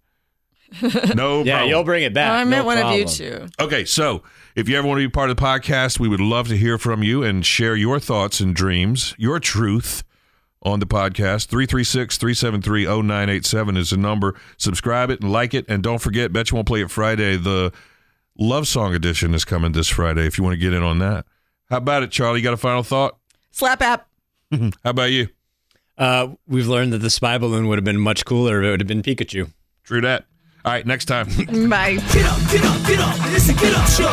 [SPEAKER 2] No
[SPEAKER 4] Yeah,
[SPEAKER 2] problem.
[SPEAKER 4] you'll bring it back.
[SPEAKER 3] I
[SPEAKER 4] no
[SPEAKER 3] meant one of you two.
[SPEAKER 4] problem.
[SPEAKER 2] Okay, so if you ever want to be part of the podcast, we would love to hear from you and share your thoughts and dreams, your truth on the podcast. 336 373 0987 is the number. Subscribe it and like it. And don't forget, Bet You Won't Play It Friday. The Love Song Edition is coming this Friday if you want to get in on that. Hmm, How about it, Charlie? You got a final thought?
[SPEAKER 3] Slap app.
[SPEAKER 2] How about you?
[SPEAKER 4] Uh, we've learned that the spy balloon would have been much cooler if it would have been Pikachu.
[SPEAKER 2] True that. All right, next time.
[SPEAKER 3] Bye.
[SPEAKER 1] Get up, get up, get up. It's a get up show.